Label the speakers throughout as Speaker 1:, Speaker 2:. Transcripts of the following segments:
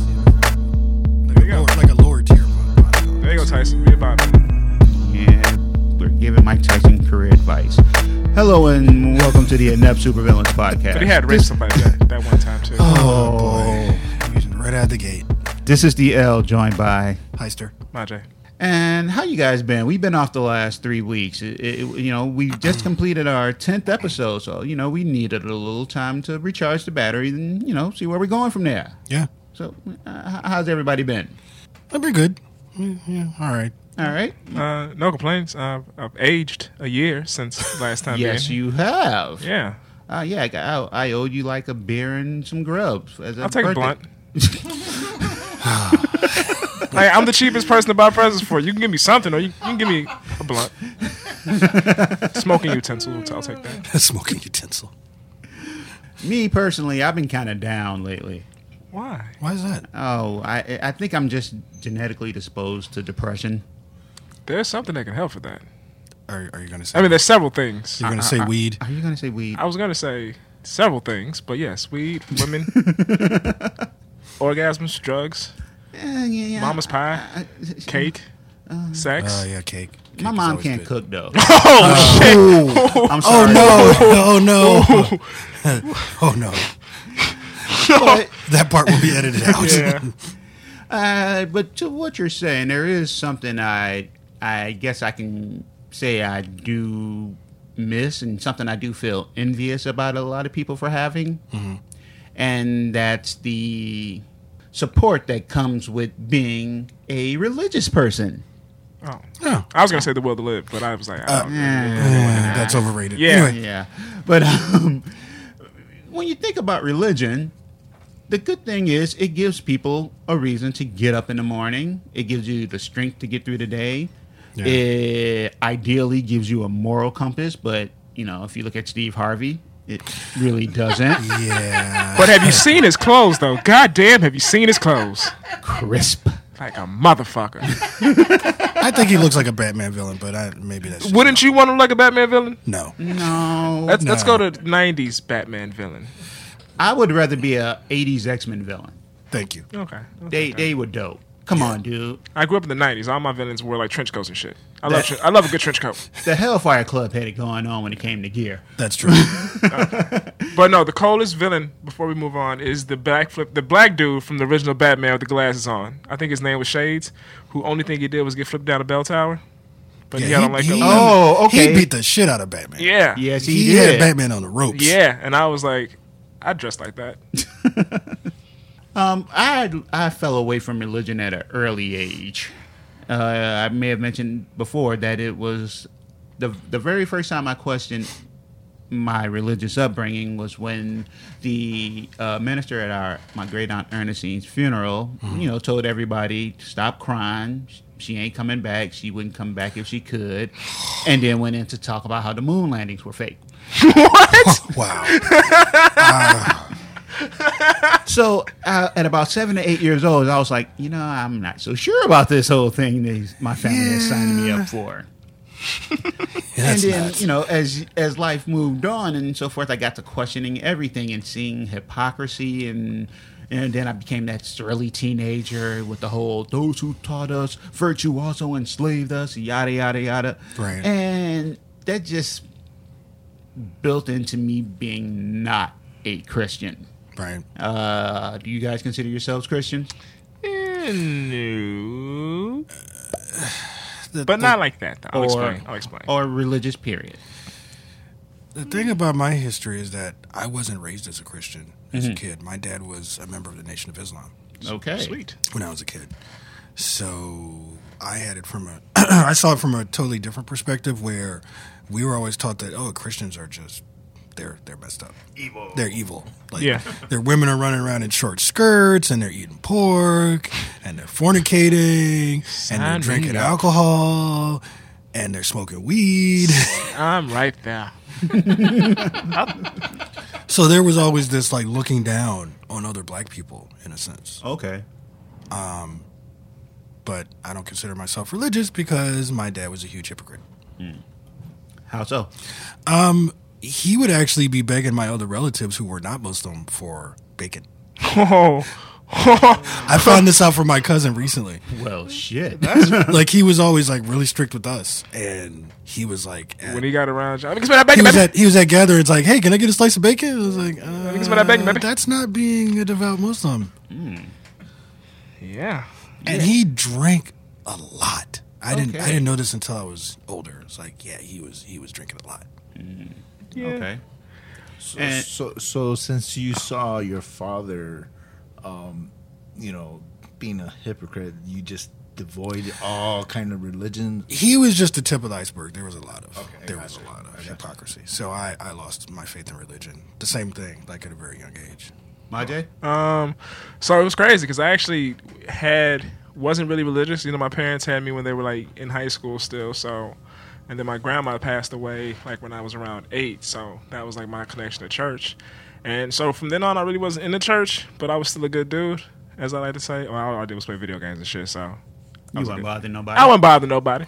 Speaker 1: Like, a, lower, like a lower tier. podcast.
Speaker 2: There you go, Tyson. Be a body.
Speaker 3: and we're giving Mike Tyson career advice. Hello and welcome to the Inept Supervillains podcast.
Speaker 2: But he had raped
Speaker 3: this,
Speaker 2: somebody that, that one time too.
Speaker 3: Oh,
Speaker 1: Using Right out of the gate.
Speaker 3: this is DL joined by.
Speaker 1: Heister.
Speaker 2: Majay.
Speaker 3: And how you guys been? We've been off the last three weeks. It- it- you know, we just completed our tenth episode, so you know we needed a little time to recharge the battery and you know see where we're going from there.
Speaker 1: Yeah.
Speaker 3: So, uh, h- how's everybody been?
Speaker 1: That'd be good. Yeah, yeah, all right.
Speaker 3: All right.
Speaker 2: Uh, no complaints. Uh, I've aged a year since last time.
Speaker 3: Yes,
Speaker 2: being.
Speaker 3: you have.
Speaker 2: Yeah,
Speaker 3: Uh, yeah, I, got- I, I owe you like a beer and some grubs. As a
Speaker 2: I'll take a
Speaker 3: birthday-
Speaker 2: blunt. like, I'm the cheapest person to buy presents for. You can give me something, or you, you can give me a blunt. Smoking utensils. I'll take that.
Speaker 1: Smoking utensil.
Speaker 3: Me personally, I've been kind of down lately.
Speaker 2: Why?
Speaker 1: Why is that?
Speaker 3: Oh, I I think I'm just genetically disposed to depression.
Speaker 2: There's something that can help with that.
Speaker 1: Are, are you going to say?
Speaker 2: I mean, there's several things.
Speaker 1: you're going to say weed.
Speaker 3: Are you gonna say weed?
Speaker 2: I was gonna say several things, but yes, weed, women, orgasms, drugs,
Speaker 3: Eh, yeah, yeah.
Speaker 2: mama's pie, cake,
Speaker 3: Uh,
Speaker 2: sex.
Speaker 1: Oh, yeah, cake. Cake
Speaker 3: My
Speaker 1: is
Speaker 3: mom
Speaker 1: always
Speaker 3: can't
Speaker 1: good.
Speaker 3: cook though. Uh,
Speaker 2: Oh shit!
Speaker 3: I'm sorry.
Speaker 1: Oh, no. Oh, no. oh, no.
Speaker 3: But,
Speaker 1: That part will be edited out.
Speaker 2: Yeah.
Speaker 3: uh, but to what you're saying, there is something I I guess I can say I do miss, and something I do feel envious about a lot of people for having, and that's the support that comes with being a religious person.
Speaker 2: Oh.
Speaker 1: Oh,
Speaker 2: I was gonna say the will to live, but I was like, oh, I don't know.
Speaker 1: yeah, that's overrated.
Speaker 2: Yeah.
Speaker 1: Anyway,
Speaker 3: Yeah. But um, when you think about religion, the good thing is it gives people a reason to get up in the morning. It gives you the strength to get through the day.
Speaker 1: Yeah.
Speaker 3: It ideally gives you a moral compass, but you know, if you look at Steve Harvey, it really doesn't.
Speaker 1: yeah.
Speaker 2: but have you seen his clothes though? God damn, have you seen his clothes?
Speaker 3: Crisp.
Speaker 2: Like a motherfucker.
Speaker 1: I think he looks like a Batman villain, but I, maybe that's. just-
Speaker 2: Wouldn't Mm-hmm. you want him like a Batman villain?
Speaker 1: No.
Speaker 3: No.
Speaker 2: Let's let's
Speaker 1: No.
Speaker 2: go to '90s Batman villain.
Speaker 3: I would rather be a 80s X-Men villain.
Speaker 1: Thank you.
Speaker 2: Okay.
Speaker 3: They they were dope. Come on, dude.
Speaker 2: I grew up in the '90s. All my villains wore like trench coats and shit. I love tre- I love a good trench coat.
Speaker 3: The Hellfire Club had it going on when it came to gear.
Speaker 1: That's true.
Speaker 2: But no, the coldest villain before we move on is the black flip, the black dude from the original Batman with the glasses on. I think his name was Shades, who only thing he did was get flipped down a bell tower. But he,
Speaker 1: Yeah,
Speaker 2: had on like a
Speaker 3: Oh.
Speaker 1: He
Speaker 3: okay.
Speaker 1: beat the shit out of Batman.
Speaker 2: yeah,
Speaker 3: Yes, he,
Speaker 1: He, had
Speaker 3: did.
Speaker 1: Batman on the ropes.
Speaker 2: yeah, and I was like, I dressed like that.
Speaker 3: Um, I I fell away from religion at an early age. Uh, I may have mentioned before that it was the the very first time I questioned my religious upbringing was when the uh, minister at our my great aunt Ernestine's funeral, you know, told everybody to stop crying. She ain't coming back. She wouldn't come back if she could, and then went in to talk about how the moon landings were fake.
Speaker 1: Wow.
Speaker 3: So uh, at about seven to eight years old, I was like, you know, I'm not so sure about this whole thing that my family has signed me up for.
Speaker 1: That's
Speaker 3: and then
Speaker 1: nuts.
Speaker 3: you know, as as life moved on and so forth, I got to questioning everything and seeing hypocrisy and. And then I became that surly teenager with the whole "those who taught us virtue also enslaved us" yada yada yada,
Speaker 1: Right.
Speaker 3: and that just built into me being not a Christian.
Speaker 1: Right.
Speaker 3: Uh, do you guys consider yourselves Christians?
Speaker 2: No,
Speaker 1: The, the-
Speaker 2: but not like that. Though. I'll explain. I'll explain.
Speaker 1: oh,
Speaker 3: Or religious period.
Speaker 1: The thing about my history is that I wasn't raised as a Christian as
Speaker 3: Mm-hmm.
Speaker 1: a kid. My dad was a member of the Nation of Islam
Speaker 3: Okay.
Speaker 2: Sweet.
Speaker 1: when I was a kid. So I had it from a, I saw it from a totally different perspective where we were always taught that, oh, Christians are just, they're, they're messed up. Evil. They're evil. Like,
Speaker 2: Yeah.
Speaker 1: Their women are running around in short skirts and they're eating pork and they're fornicating and they're
Speaker 2: Sign me
Speaker 1: drinking
Speaker 2: up.
Speaker 1: alcohol and they're smoking weed.
Speaker 2: I'm right there.
Speaker 1: So there was always this like looking down on other black people in a sense.
Speaker 4: Okay.
Speaker 1: But I don't consider myself religious because my dad was a huge hypocrite.
Speaker 4: How so?
Speaker 1: He would actually be begging my other relatives who were not Muslim for bacon.
Speaker 2: Oh,
Speaker 1: I found this out from my cousin recently.
Speaker 4: Well, shit.
Speaker 1: Like he was always like really strict with us, and he was like, at-
Speaker 2: when he got around, I think it's about
Speaker 1: he
Speaker 2: bacon,
Speaker 1: was
Speaker 2: baby.
Speaker 1: at he was at gatherings like, hey, can I get a slice of bacon? I was like,
Speaker 2: it's what I beg,
Speaker 1: uh,
Speaker 2: baby.
Speaker 1: that's not being a devout Muslim.
Speaker 2: yeah.
Speaker 1: And he drank a lot. I didn't I
Speaker 3: Okay.
Speaker 1: didn't know this until I was older. It's like, yeah, he was he was drinking a lot.
Speaker 2: yeah.
Speaker 3: Okay.
Speaker 4: So,
Speaker 3: And-
Speaker 4: so, so since you saw your father, um, you know, being a hypocrite, you just devoid all kind of religion.
Speaker 1: He was just the tip of the iceberg. There was a lot of
Speaker 4: Okay,
Speaker 1: there
Speaker 4: I
Speaker 1: was a
Speaker 4: gotcha.
Speaker 1: lot of
Speaker 4: I gotcha.
Speaker 1: hypocrisy. So I, I lost my faith in religion. The same thing, like at a very young age.
Speaker 3: My J?
Speaker 2: Um, so it was crazy because I actually had wasn't really religious. You know, my parents had me when they were like in high school still. So, and then my grandma passed away like when I was around eight. So that was like my connection to church. And so from then on, I really wasn't in the church, but I was still a good dude, as I like to say. Well, all I did was play video games and shit. So
Speaker 3: You weren't bothering nobody.
Speaker 2: I wouldn't bother nobody.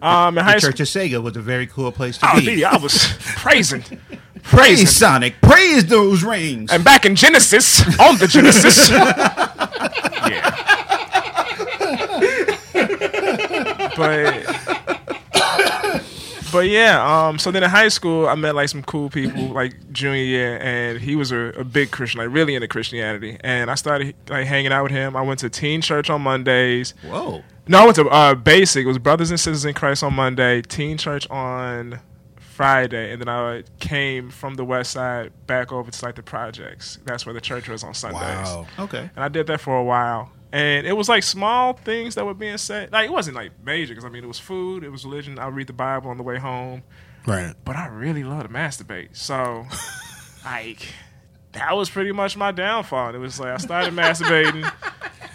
Speaker 2: Um, in high
Speaker 3: Hmm. the
Speaker 2: school,
Speaker 3: Church of Sega was a very cool place to
Speaker 2: I was,
Speaker 3: be.
Speaker 2: I was praising,
Speaker 3: Praise
Speaker 2: praising.
Speaker 3: Sonic. Praise those rings.
Speaker 2: And back in Genesis, on the Genesis. yeah. but but yeah, um, so then in high school I met like some cool people like junior year and he was a, a big Christian, like really into Christianity. And I started like hanging out with him. I went to teen church on Mondays.
Speaker 3: Whoa.
Speaker 2: No, I went to uh, basic. It was Brothers and Sisters in Christ on Monday, Teen Church on Friday, and then I came from the West Side back over to like the projects. That's where the church was on Sundays.
Speaker 1: Wow.
Speaker 3: Okay.
Speaker 2: And I did that for a while. And it was like small things that were being said. Like it wasn't like major because I mean it was food, it was religion. I read the Bible on the way home,
Speaker 1: Right.
Speaker 2: but I really love to masturbate. So, like, that was pretty much my downfall. And it was like I started masturbating.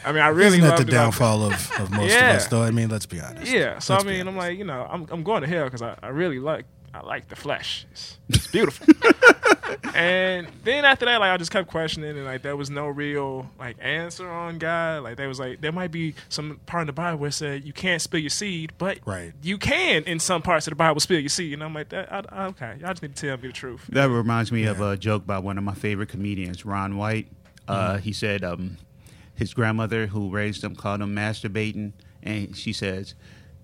Speaker 2: I mean, I really
Speaker 1: Isn't that
Speaker 2: loved
Speaker 1: the
Speaker 2: it. I-
Speaker 1: downfall of, of most
Speaker 2: Yeah.
Speaker 1: of us though? I mean, let's be honest.
Speaker 2: yeah. So
Speaker 1: Let's
Speaker 2: I
Speaker 1: be
Speaker 2: mean, I'm
Speaker 1: honest.
Speaker 2: like, you know, I'm I'm going to hell because I, I really like I like the flesh. It's, it's beautiful. and then after that, like I just kept questioning, and like there was no real like answer on God. Like there was like there might be some part in the Bible where it said you can't spill your seed, but
Speaker 1: Right.
Speaker 2: you can in some parts of the Bible spill your seed. And I'm like, that, I, I- okay, y'all just need to tell me the truth.
Speaker 3: That reminds me of a joke by one of my favorite comedians, Ron White. Uh, He said um, his grandmother, who raised him, called him masturbating, and she says,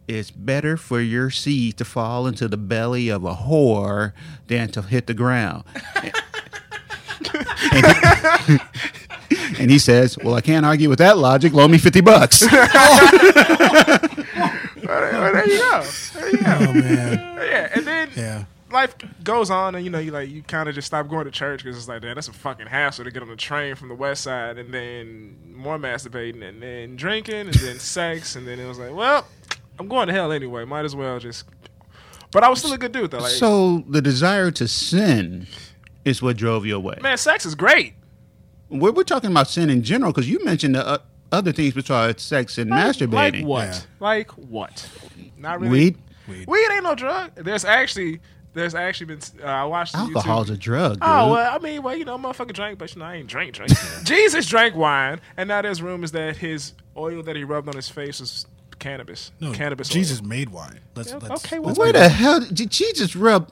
Speaker 3: "It's better for your seed to fall into the belly of a whore than to hit the ground." and, he, and he says, "Well, I can't argue with that logic. Loan me fifty bucks."
Speaker 2: Well, there you go. There you go.
Speaker 1: Oh man.
Speaker 2: yeah, and then
Speaker 1: Yeah.
Speaker 2: life goes on, and you know, you like you kind of just stop going to church because it's like, damn, that's a fucking hassle to get on the train from the west side, and then more masturbating, and then drinking, and then sex, and then it was like, well, I'm going to hell anyway. Might as well just. But I was still a good dude though. Like,
Speaker 3: so the desire to sin is what drove you away.
Speaker 2: man, sex is great.
Speaker 3: We're, we're talking about sin in general because you mentioned the uh, other things besides sex and masturbating.
Speaker 2: Like what?
Speaker 1: Yeah.
Speaker 2: Like what? Not really.
Speaker 3: Weed,
Speaker 1: Weed.
Speaker 2: Weed ain't no drug. There's actually, there's actually been. Uh, I watched the
Speaker 3: alcohol's
Speaker 2: YouTube.
Speaker 3: a drug. Dude.
Speaker 2: Oh well, I mean, well, you know, motherfucker drank, but you know, I ain't drink, drink. Jesus drank wine, and now there's rumors that his oil that he rubbed on his face was cannabis.
Speaker 1: No,
Speaker 2: cannabis.
Speaker 1: Jesus made wine. Let's,
Speaker 2: Oil.
Speaker 1: let's
Speaker 2: okay, well,
Speaker 3: Where the hell did she just rub?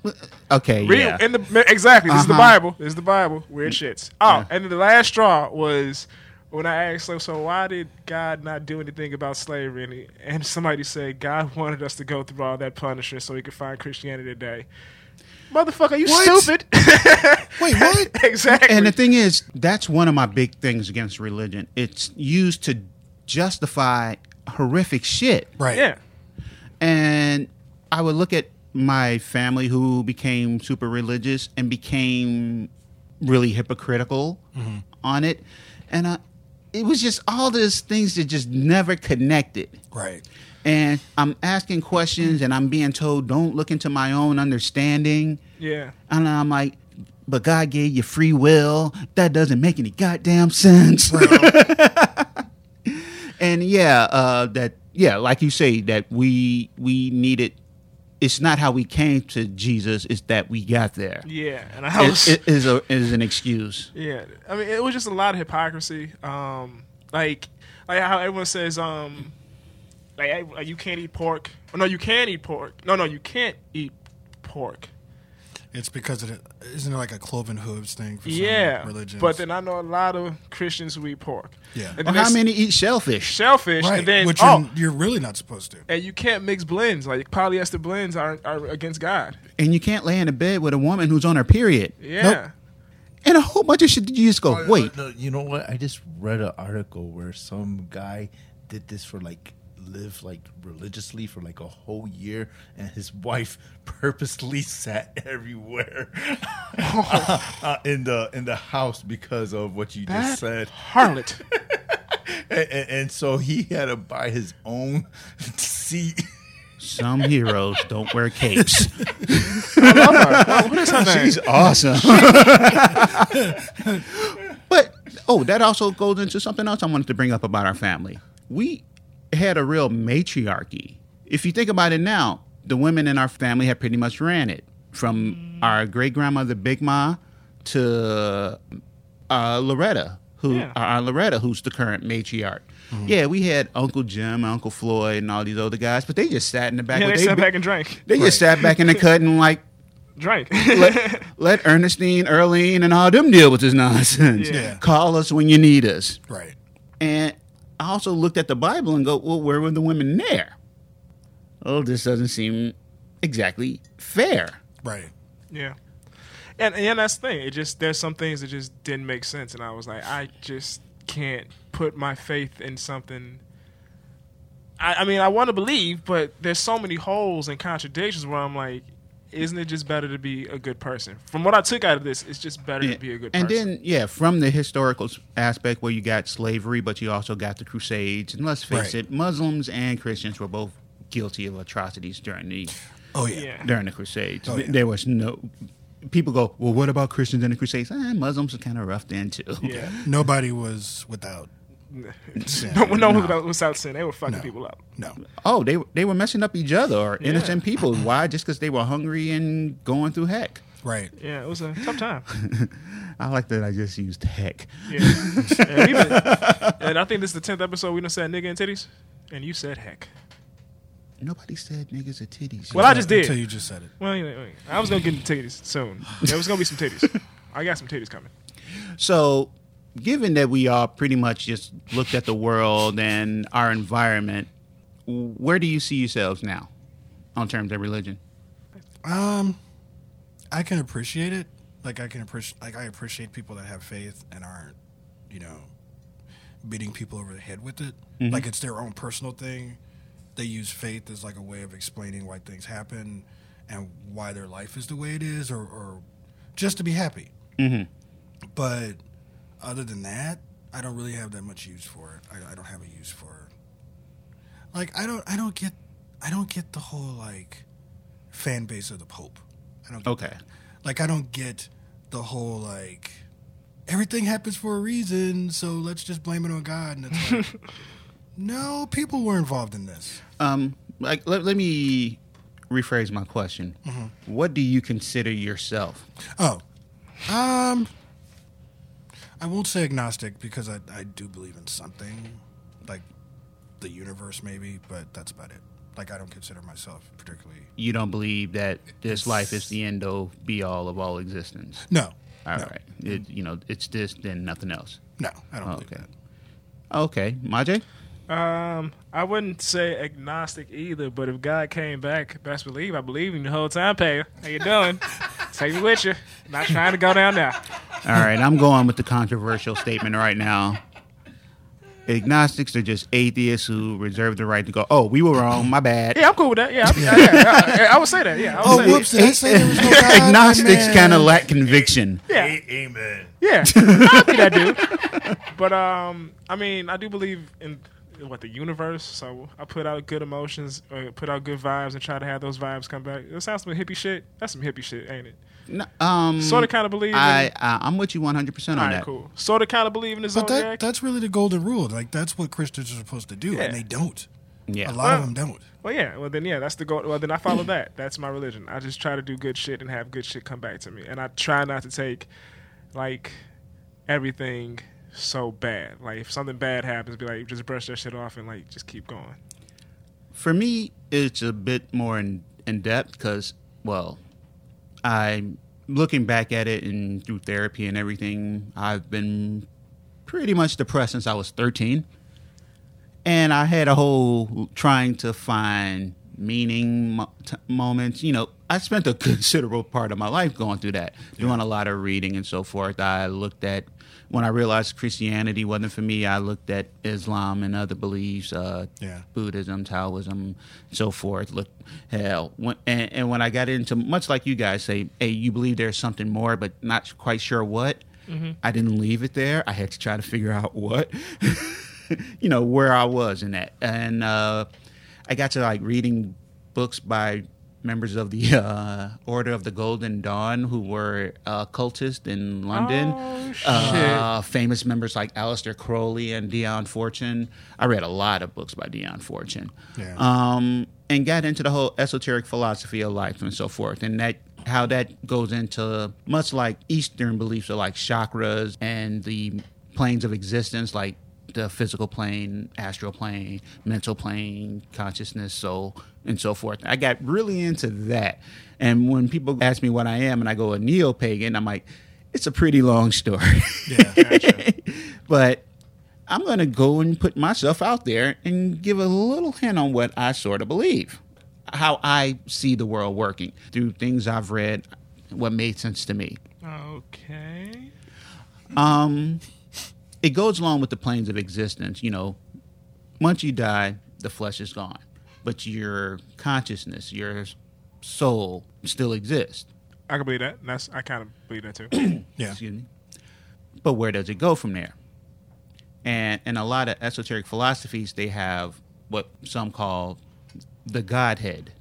Speaker 3: Okay,
Speaker 2: real
Speaker 3: yeah. Mm.
Speaker 2: in the exactly. This is the
Speaker 3: Uh-huh.
Speaker 2: Bible. This is the Bible. Weird shits. Oh, and then the last straw was when I asked, so, so why did God not do anything about slavery? And, he, and somebody said God wanted us to go through all that punishment so he could find Christianity today. Motherfucker, you
Speaker 1: What?
Speaker 2: stupid.
Speaker 1: Wait, what?
Speaker 2: exactly.
Speaker 3: and the thing is, that's one of my big things against religion. It's used to justify horrific shit.
Speaker 1: Right.
Speaker 2: yeah.
Speaker 3: and I would look at my family who became super religious and became really hypocritical on it, and I, it was just all these things that just never connected.
Speaker 1: Right.
Speaker 3: And I'm asking questions, and I'm being told don't look into my own understanding,
Speaker 2: Yeah.
Speaker 3: and I'm like, but God gave you free will. That doesn't make any goddamn sense. and yeah, uh, that yeah, like you say, that we we needed it's not how we came to Jesus; it's that we got there.
Speaker 2: Yeah, and I
Speaker 3: It-
Speaker 2: was
Speaker 3: it is a, is an excuse.
Speaker 2: Yeah, I mean, it was just a lot of hypocrisy. Um, like, like how everyone says, um, like, I- like you can't eat pork. Oh, no, you can eat pork. No, no, you can't eat pork.
Speaker 1: It's because it isn't it like a cloven hooves thing for some
Speaker 2: yeah,
Speaker 1: religions.
Speaker 2: but then I know a lot of Christians who eat pork.
Speaker 1: Yeah.
Speaker 2: and then
Speaker 3: Well, how
Speaker 2: there's
Speaker 3: many eat shellfish?
Speaker 2: shellfish?
Speaker 1: right,
Speaker 2: And then
Speaker 1: which
Speaker 2: oh,
Speaker 1: you're, you're really not supposed to.
Speaker 2: and you can't mix blends. Like polyester blends are are against God.
Speaker 3: And you can't lay in a bed with a woman who's on her period.
Speaker 2: Yeah.
Speaker 1: Nope.
Speaker 3: And a whole bunch of shit. that You just go,
Speaker 4: Uh,
Speaker 3: wait.
Speaker 4: no, you know what? I just read an article where some guy did this for like live like religiously for like a whole year, and his wife purposely sat everywhere uh, uh, in the in the house because of what you just said.
Speaker 2: Harlot.
Speaker 4: And, and, and so he had to buy his own seat.
Speaker 3: Some heroes don't wear capes.
Speaker 2: what is her name?
Speaker 3: She's awesome. but oh, that also goes into something else I wanted to bring up about our family. We had a real matriarchy. If you think about it now, the women in our family have pretty much ran it from
Speaker 2: Mm.
Speaker 3: our great grandmother Big Ma to uh, Loretta, who
Speaker 2: Yeah. Mm-hmm.
Speaker 3: our Aunt Loretta, who's the current matriarch. Yeah, we had Uncle Jim, Uncle Floyd, and all these other guys, but they just sat in the back.
Speaker 2: Yeah,
Speaker 3: with
Speaker 2: they
Speaker 3: they
Speaker 2: sat
Speaker 3: big-
Speaker 2: back and drank.
Speaker 3: they just sat back in the cut and like
Speaker 2: Drank.
Speaker 3: let, let Ernestine, Earlene, and all them deal with this nonsense.
Speaker 2: Yeah.
Speaker 3: Call us when you need us.
Speaker 1: Right.
Speaker 3: And I also looked at the Bible and go, well, where were the women there? Oh, this doesn't seem exactly fair.
Speaker 1: Right.
Speaker 2: Yeah. And and that's the thing. It just there's some things that just didn't make sense and I was like, I just can't put my faith in something I, I mean I wanna believe, but there's so many holes and contradictions where I'm like, isn't it just better to be a good person? From what I took out of this, it's just better to be a good
Speaker 3: and
Speaker 2: person.
Speaker 3: then, yeah, from the historical s- aspect where you got slavery, but you also got the Crusades. And let's face
Speaker 1: Right.
Speaker 3: it, Muslims and Christians were both guilty of atrocities during the
Speaker 1: Oh yeah.
Speaker 2: yeah.
Speaker 3: during the Crusades.
Speaker 1: Oh, yeah.
Speaker 3: There was no. People go, well, what about Christians in the Crusades? Eh, Muslims are kind of roughed in too.
Speaker 2: Yeah.
Speaker 1: Nobody was without sin.
Speaker 2: No, no, no. without sin, they were fucking
Speaker 1: No.
Speaker 2: people up.
Speaker 1: No.
Speaker 3: Oh, they they were messing up each other or innocent people. Why? Just because they were hungry and going through heck.
Speaker 1: Right.
Speaker 2: Yeah, it was a tough time.
Speaker 3: I like that I just used heck.
Speaker 2: Yeah, yeah we been- and I think this is the tenth episode we done said nigga and titties, and you said heck.
Speaker 3: Nobody said niggas are titties.
Speaker 2: Well, I just did.
Speaker 1: Until you just said it.
Speaker 2: Well, you know, wait. I was gonna get into titties soon. There was gonna be some titties. I got some titties coming.
Speaker 3: So, given that we all pretty much just looked at the world and our environment, where do you see yourselves now, on terms of religion?
Speaker 1: Um, I can appreciate it. Like I can appreciate, like I appreciate people that have faith and aren't, you know, beating people over the head with it. Like it's their own personal thing. They use faith as like a way of explaining why things happen and why their life is the way it is, or, or just to be happy. But other than that, I don't really have that much use for it. I, I don't have a use for it. Like I don't, I don't get, I don't get the whole like fan base of the Pope. I don't get
Speaker 3: Okay.
Speaker 1: like I don't get the whole like everything happens for a reason, so let's just blame it on God. And it's like, no, people were involved in this.
Speaker 3: Um, like let, let me rephrase my question.
Speaker 2: Mm-hmm.
Speaker 3: What do you consider yourself?
Speaker 1: Oh, um, I won't say agnostic because I I do believe in something, like the universe maybe, but that's about it. Like I don't consider myself particularly.
Speaker 3: You don't believe that this life is the end all be all of all existence.
Speaker 1: No,
Speaker 3: All right. It, you know, it's this, then nothing else.
Speaker 1: no, I don't believe
Speaker 3: Okay.
Speaker 1: that.
Speaker 3: Okay. Majay?
Speaker 2: Um, I wouldn't say agnostic either, but if God came back, best believe I believe him the whole time, Payer. How you doing? Take me with you. Not trying to go down there.
Speaker 3: All right. I'm going with the controversial statement right now. Agnostics are just atheists who reserve the right to go, oh, we were wrong. My bad.
Speaker 2: Yeah, I'm cool with that. Yeah, I, yeah, yeah, I, I would say that. Yeah, I would
Speaker 1: Oh,
Speaker 2: say
Speaker 1: whoops! Did I say there was no God?
Speaker 3: Agnostics
Speaker 1: Man.
Speaker 3: kind of lack conviction.
Speaker 2: Yeah.
Speaker 4: amen.
Speaker 2: Yeah, I'll be that dude. But um, I mean, I do believe in what the universe. So I put out good emotions, uh, put out good vibes, and try to have those vibes come back. It sounds some hippie shit. That's some hippie shit, ain't it?
Speaker 3: No, um,
Speaker 2: Sort of, kind of believe. In,
Speaker 3: I, I, I'm with you 100% on
Speaker 2: all right,
Speaker 3: that.
Speaker 2: cool. Sort of, kind of believe in the
Speaker 1: But
Speaker 2: zodiac.
Speaker 1: that, that's really the golden rule. Like that's what Christians are supposed to do,
Speaker 2: Yeah.
Speaker 1: and they don't. A
Speaker 3: Yeah.
Speaker 1: lot of them don't.
Speaker 2: Well, yeah. Well, then, yeah, that's the goal. Well, then I follow that. That's my religion. I just try to do good shit and have good shit come back to me. And I try not to take, like, everything so bad. Like, if something bad happens, be like, just brush that shit off and, like, just keep going.
Speaker 3: For me, it's a bit more in, in depth because, well, I'm looking back at it and through therapy and everything, I've been pretty much depressed since I was 13. And I had a whole trying to find meaning mo- t- moments. You know, I spent a considerable part of my life going through that, doing a lot of reading and so forth. I looked at, when I realized Christianity wasn't for me, I looked at Islam and other beliefs, uh,
Speaker 1: Yeah.
Speaker 3: Buddhism, Taoism, so forth. Look, hell, when, and, and when I got into much like you guys say, hey, you believe there's something more, but not quite sure what. I didn't leave it there. I had to try to figure out what, you know, where I was in that, and uh, I got to like reading books by members of the uh, Order of the Golden Dawn who were uh, cultists in London
Speaker 2: Oh, shit.
Speaker 3: uh, famous members like Aleister Crowley and Dion Fortune. I read a lot of books by Dion Fortune.
Speaker 1: Yeah.
Speaker 3: Um, and got into the whole esoteric philosophy of life and so forth, and that how that goes into much like Eastern beliefs of like chakras and the planes of existence, like the physical plane, astral plane, mental plane, consciousness, soul, and so forth. I got really into that. And when people ask me what I am, and I go a neo pagan, I'm like, it's a pretty long story.
Speaker 1: Yeah.
Speaker 3: but I'm going to go and put myself out there and give a little hint on what I sort of believe, how I see the world working through things I've read, what made sense to me.
Speaker 2: Okay.
Speaker 3: It goes along with the planes of existence. You know, once you die, the flesh is gone, but your consciousness, your soul still exists.
Speaker 2: I can believe that. And That's I kind of believe that too.
Speaker 1: yeah.
Speaker 3: excuse me. But where does it go from there? And in a lot of esoteric philosophies, they have what some call the Godhead,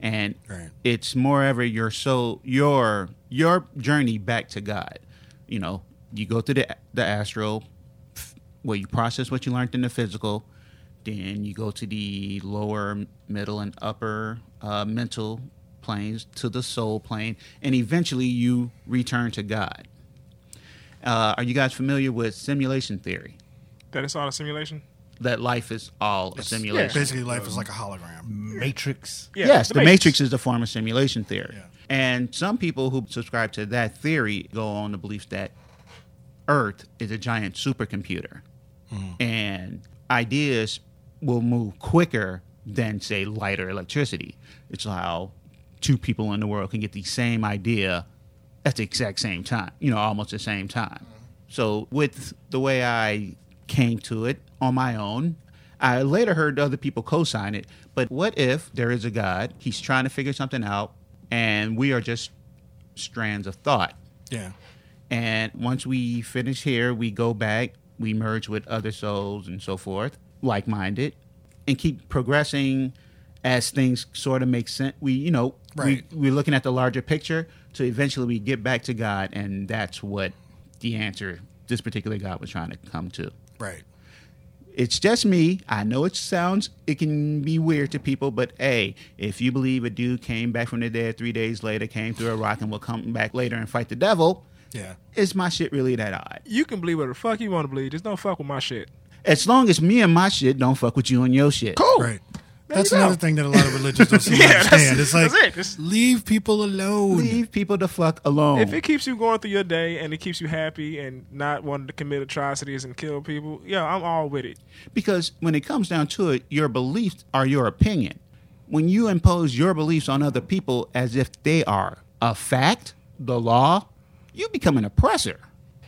Speaker 3: and
Speaker 1: Right.
Speaker 3: it's moreover your soul, your your journey back to God. You know, you go through the the astral, f- where you process what you learned in the physical, then you go to the lower, middle, and upper uh, mental planes to the soul plane, and eventually you return to God. Uh, are you guys familiar with simulation theory?
Speaker 2: that it's all a simulation.
Speaker 3: That life is all a simulation.
Speaker 1: Basically, life is like a hologram.
Speaker 4: Matrix.
Speaker 2: Yeah,
Speaker 3: yes,
Speaker 2: the
Speaker 3: the Matrix.
Speaker 2: Matrix
Speaker 3: is the form of simulation theory.
Speaker 1: Yeah.
Speaker 3: And some people who subscribe to that theory go on the belief that Earth is a giant supercomputer and ideas will move quicker than, say, light or electricity. It's how two people in the world can get the same idea at the exact same time, you know, almost the same time. So, with the way I came to it on my own, I later heard other people co sign it. But what if there is a God? He's trying to figure something out, and we are just strands of thought.
Speaker 1: Yeah.
Speaker 3: And once we finish here, we go back, we merge with other souls and so forth, like minded, and keep progressing as things sort of make sense. We, you know,
Speaker 1: Right.
Speaker 3: we, we're looking at the larger picture. So eventually we get back to God, and that's what the answer this particular God was trying to come to
Speaker 1: Right.
Speaker 3: it's just me. I know it sounds it can be weird to people, but hey, if you believe a dude came back from the dead three days later, came through a rock, and will come back later and fight the devil,
Speaker 1: Yeah.
Speaker 3: is my shit really that odd?
Speaker 2: You can believe what the fuck you want to believe. Just don't fuck with my shit.
Speaker 3: As long as me and my shit don't fuck with you and your shit. Cool.
Speaker 1: Right. That's
Speaker 2: Oh, you go.
Speaker 1: another thing that a lot of religions don't seem to
Speaker 2: Yeah, that's-
Speaker 1: understand. It's like
Speaker 2: that's it. Just-
Speaker 1: leave people alone.
Speaker 3: Leave people the fuck alone.
Speaker 1: Oh.
Speaker 2: If it keeps you going through your day and it keeps you happy and not wanting to commit atrocities and kill people, yeah, I'm all with it.
Speaker 3: because when it comes down to it, your beliefs are your opinion. When you impose your beliefs on other people as if they are a fact, the law, you become an oppressor.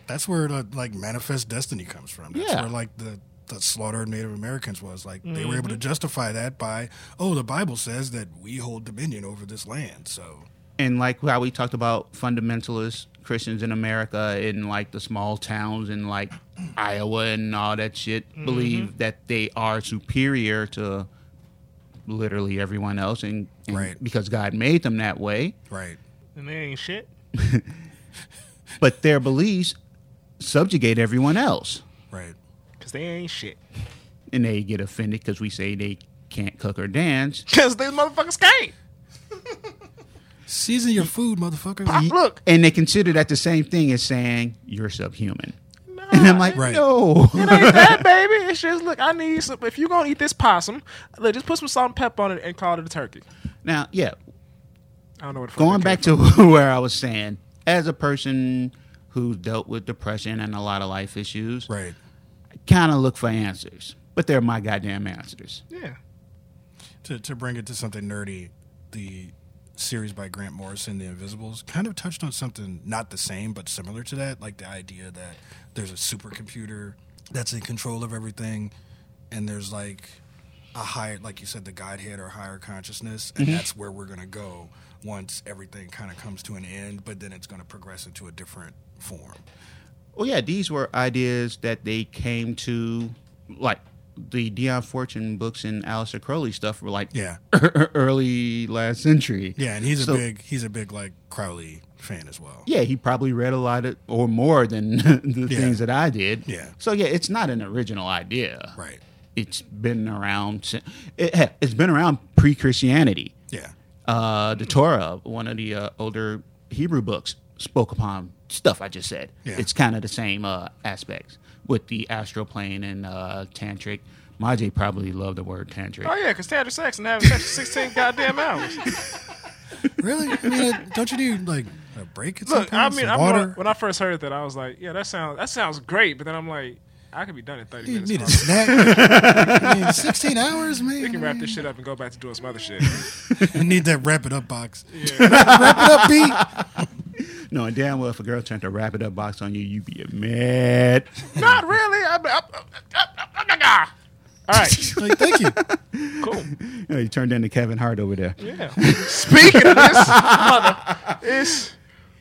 Speaker 1: That's where the, like manifest destiny comes from. That's
Speaker 3: Yeah.
Speaker 1: where like the the slaughter of Native Americans was like they were able
Speaker 2: Mm-hmm.
Speaker 1: to justify that by oh the Bible says that we hold dominion over this land so
Speaker 3: and like how we talked about fundamentalist Christians in America in like the small towns in like Iowa and all that shit believe that they are superior to literally everyone else and, and
Speaker 1: Right.
Speaker 3: because God made them that way.
Speaker 1: right
Speaker 2: And they ain't shit.
Speaker 3: But their beliefs subjugate everyone else.
Speaker 1: right
Speaker 2: Because they ain't shit.
Speaker 3: And they get offended because we say they can't cook or dance.
Speaker 2: Because these motherfuckers can't.
Speaker 1: Season your food, motherfucker.
Speaker 2: Pop, look.
Speaker 3: And they consider that the same thing as saying you're subhuman. and I'm like,
Speaker 1: Right.
Speaker 3: no.
Speaker 2: It ain't that, baby. It's just, look, I need some. If you're going to eat this possum, look, just put some salt and pepper on it and call it a turkey.
Speaker 3: now, yeah,
Speaker 2: I don't know what the fuck
Speaker 3: going
Speaker 2: that
Speaker 3: back to where I was saying, as a person who's dealt with depression and a lot of life issues,
Speaker 1: Right.
Speaker 3: kind of look for answers, but they're my goddamn answers.
Speaker 2: came from. Yeah.
Speaker 1: To to bring it to something nerdy, the series by Grant Morrison, The Invisibles, kind of touched on something not the same but similar to that, like the idea that there's a supercomputer that's in control of everything, and there's like a higher, like you said, the Godhead or higher consciousness, and
Speaker 3: Mm-hmm.
Speaker 1: that's where we're gonna go once everything kind of comes to an end, but then it's gonna progress into a different form.
Speaker 3: Well, Oh, yeah, these were ideas that they came to, like the Dion Fortune books and Alistair Crowley stuff were like
Speaker 1: Yeah.
Speaker 3: early last century.
Speaker 1: Yeah, and he's a
Speaker 3: So-
Speaker 1: big he's a big like Crowley fan as well.
Speaker 3: Yeah, he probably read a lot of, or more than the
Speaker 1: Yeah.
Speaker 3: things that I did.
Speaker 1: Yeah.
Speaker 3: So yeah, it's not an original idea.
Speaker 1: Right.
Speaker 3: It's been around. sin- It, heck, it's been around pre-Christianity.
Speaker 1: Yeah.
Speaker 3: Uh, the Torah, one of the uh, older Hebrew books, spoke upon stuff I just said.
Speaker 1: Yeah.
Speaker 3: It's kind of the same uh, aspects with the astral plane and uh, tantric. Maji probably loved the word tantric.
Speaker 2: Oh, yeah, because tantric sex and having sex for 16 goddamn hours.
Speaker 1: Really? I mean, uh, don't you need like a break at some
Speaker 2: Look,
Speaker 1: point?
Speaker 2: I mean,
Speaker 1: Some
Speaker 2: I'm
Speaker 1: water.
Speaker 2: not- when I first heard that, I was like, "Yeah, that sounds that sounds great," but then I'm like, "I could be done in 30
Speaker 1: you
Speaker 2: minutes.
Speaker 1: need a
Speaker 2: probably.
Speaker 1: snack. I mean, Sixteen hours, man.
Speaker 2: We can wrap this shit up and go back to doing some other shit."
Speaker 1: You need that wrap it up box. wrap it up, B.
Speaker 3: No, and damn well if a girl turned a wrap it up box on you, you'd be mad.
Speaker 2: Not really. I'm, I'm, I'm, I'm, I'm, I'm, I'm. All right,
Speaker 1: Like, thank you.
Speaker 2: cool.
Speaker 3: you, know, you turned into Kevin Hart over there.
Speaker 2: Yeah. Speaking of this, mother, it's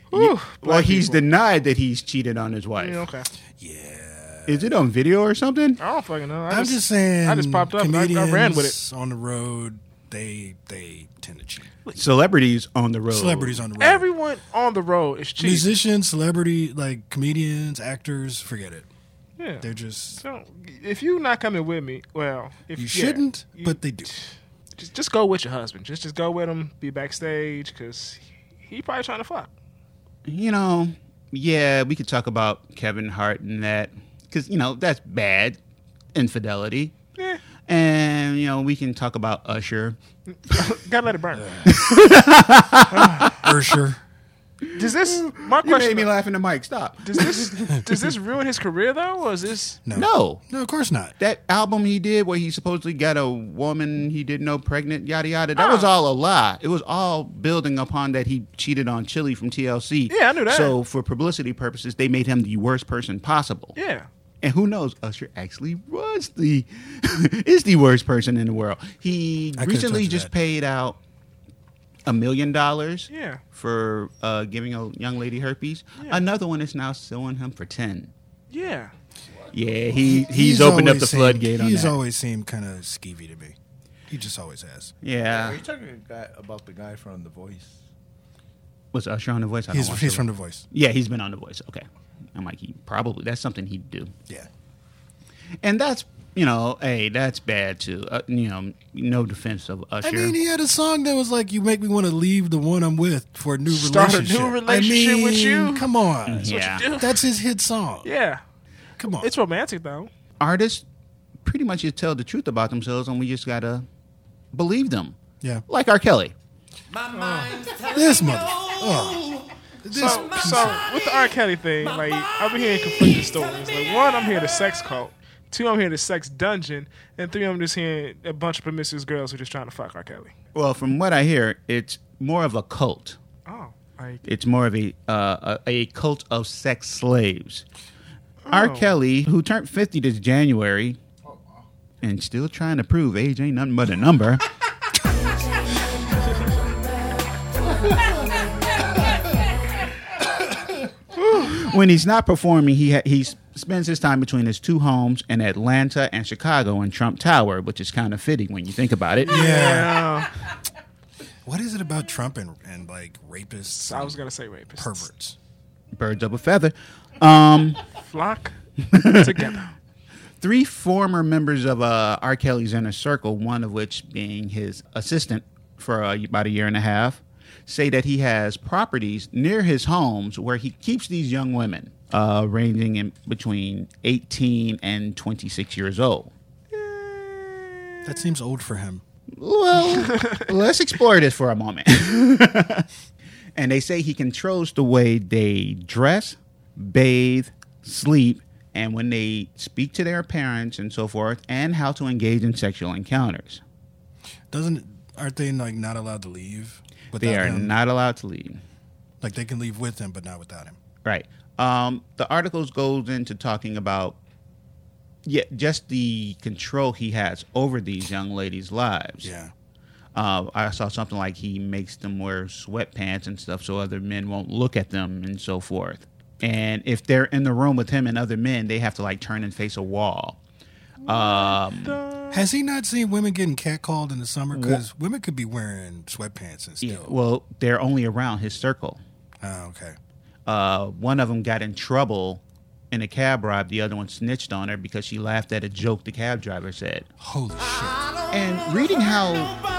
Speaker 2: whew,
Speaker 3: Well,
Speaker 2: black
Speaker 3: he's
Speaker 2: people.
Speaker 3: denied that he's cheated on his wife.
Speaker 2: Yeah, okay.
Speaker 1: Yeah.
Speaker 3: Is it on video or something?
Speaker 2: I don't fucking know. I
Speaker 1: I'm just saying.
Speaker 2: I just popped up. and I, I ran with it.
Speaker 1: comedians on the road. They they tend to cheat.
Speaker 3: Celebrities on the road.
Speaker 1: Celebrities on the road.
Speaker 2: Everyone on the road is cheating.
Speaker 1: musicians, celebrity, like comedians, actors. Forget it.
Speaker 2: yeah.
Speaker 1: They're just.
Speaker 2: So if you not coming with me, well, if
Speaker 1: You
Speaker 2: yeah,
Speaker 1: shouldn't,
Speaker 2: you-
Speaker 1: but they do.
Speaker 2: just just go with your husband. Just just go with him. Be backstage because he probably trying to fuck.
Speaker 3: You know, yeah, we could talk about Kevin Hart and that because you know that's bad infidelity.
Speaker 2: Yeah,
Speaker 3: And you know we can talk about Usher.
Speaker 2: gotta let it burn.
Speaker 1: Ursher.
Speaker 2: Does this my
Speaker 3: You made
Speaker 2: question?
Speaker 3: me laugh in the mic. Stop.
Speaker 2: does this does this ruin his career though, or is this?
Speaker 1: No.
Speaker 3: No,
Speaker 1: No, of course not.
Speaker 3: that album he did where he supposedly got a woman he didn't know pregnant, yada yada. That
Speaker 2: Ah.
Speaker 3: was all a lie. It was all building upon that he cheated on Chili from TLC.
Speaker 2: Yeah, I knew that.
Speaker 3: So for publicity purposes, they made him the worst person possible.
Speaker 2: Yeah,
Speaker 3: And who knows, Usher actually was the is the worst person in the world. He
Speaker 1: I could've told
Speaker 3: recently
Speaker 1: you
Speaker 3: just
Speaker 1: that.
Speaker 3: paid out a million dollars
Speaker 2: Yeah.
Speaker 3: for uh, giving a young lady herpes.
Speaker 2: Yeah.
Speaker 3: Another one is now suing him for ten.
Speaker 2: yeah.
Speaker 3: Yeah, he he's,
Speaker 1: opened
Speaker 3: opened up the floodgate on
Speaker 1: He's
Speaker 3: that.
Speaker 1: always seemed kind of skeevy to me. He just always has.
Speaker 4: Are
Speaker 3: yeah,
Speaker 4: you talking to the guy- about the guy from The Voice?
Speaker 3: was Usher on the Voice? I don't
Speaker 1: He's,
Speaker 3: watch
Speaker 1: he's
Speaker 3: The
Speaker 1: from The Voice.
Speaker 3: Yeah, he's been on The Voice. Okay. I'm like, he probably, that's something he'd do.
Speaker 1: Yeah.
Speaker 3: And that's, you know, hey, that's bad too. Uh, you know, no defense of Usher.
Speaker 1: I mean, he had a song that was like, "You make me want to leave the one I'm with for a new
Speaker 2: Start a new
Speaker 1: relationship." I
Speaker 2: relationship
Speaker 1: mean,
Speaker 2: with you?
Speaker 1: Come on,
Speaker 3: yeah.
Speaker 1: that's his hit song.
Speaker 2: Yeah,
Speaker 1: Come on,
Speaker 2: it's romantic though.
Speaker 3: Artists pretty much just tell the truth about themselves and we just got to believe them.
Speaker 1: yeah.
Speaker 3: Like R. Kelly.
Speaker 1: This mother. Oh. This
Speaker 2: So, so with the R. Kelly thing, like I've been hearing conflicting stories. Like one, I'm here the sex cult. Two, I'm here the sex dungeon, and three, I'm just hearing a bunch of promiscuous girls who just trying to fuck R. Kelly.
Speaker 3: Well, from what I hear, it's more of a cult.
Speaker 2: Oh, like
Speaker 3: It's more of a uh, a, a cult of sex slaves. R. Kelly, who turned 50 this January and still trying to prove age ain't nothing but a number. when he's not performing, he ha- he s- spends his time between his two homes in Atlanta and Chicago in Trump Tower, which is kind of fitting when you think about it.
Speaker 1: yeah.
Speaker 2: uh,
Speaker 1: What is it about Trump and, and like rapists,
Speaker 2: I was gonna say rapists.
Speaker 1: perverts?
Speaker 3: Birds of a feather. Um,
Speaker 2: Flock together.
Speaker 3: three former members of uh, R. Kelly's inner circle, one of which being his assistant for uh, about a year and a half, say that he has properties near his homes where he keeps these young women, uh, ranging in between 18 and 26 years old.
Speaker 1: That seems old for him.
Speaker 3: Well, let's explore this for a moment. and they say he controls the way they dress, bathe, sleep, and when they speak to their parents and so forth, and how to engage in sexual encounters.
Speaker 1: Doesn't aren't they like not allowed to leave? Without
Speaker 3: They are
Speaker 1: him?
Speaker 3: not allowed to leave.
Speaker 1: like they can leave with him, but not without him.
Speaker 3: Right. Um, the articles goes into talking about yeah, just the control he has over these young ladies' lives.
Speaker 1: Yeah,
Speaker 3: Uh, I saw something like he makes them wear sweatpants and stuff so other men won't look at them and so forth. And if they're in the room with him and other men, they have to like turn and face a wall. Um,
Speaker 1: has he not seen women getting catcalled in the summer? Because women could be wearing sweatpants and
Speaker 3: yeah,
Speaker 1: still.
Speaker 3: well, they're only around his circle.
Speaker 1: Oh, okay.
Speaker 3: Uh, one of them got in trouble in a cab ride. The other one snitched on her because she laughed at a joke the cab driver said.
Speaker 1: Holy shit!
Speaker 3: And reading how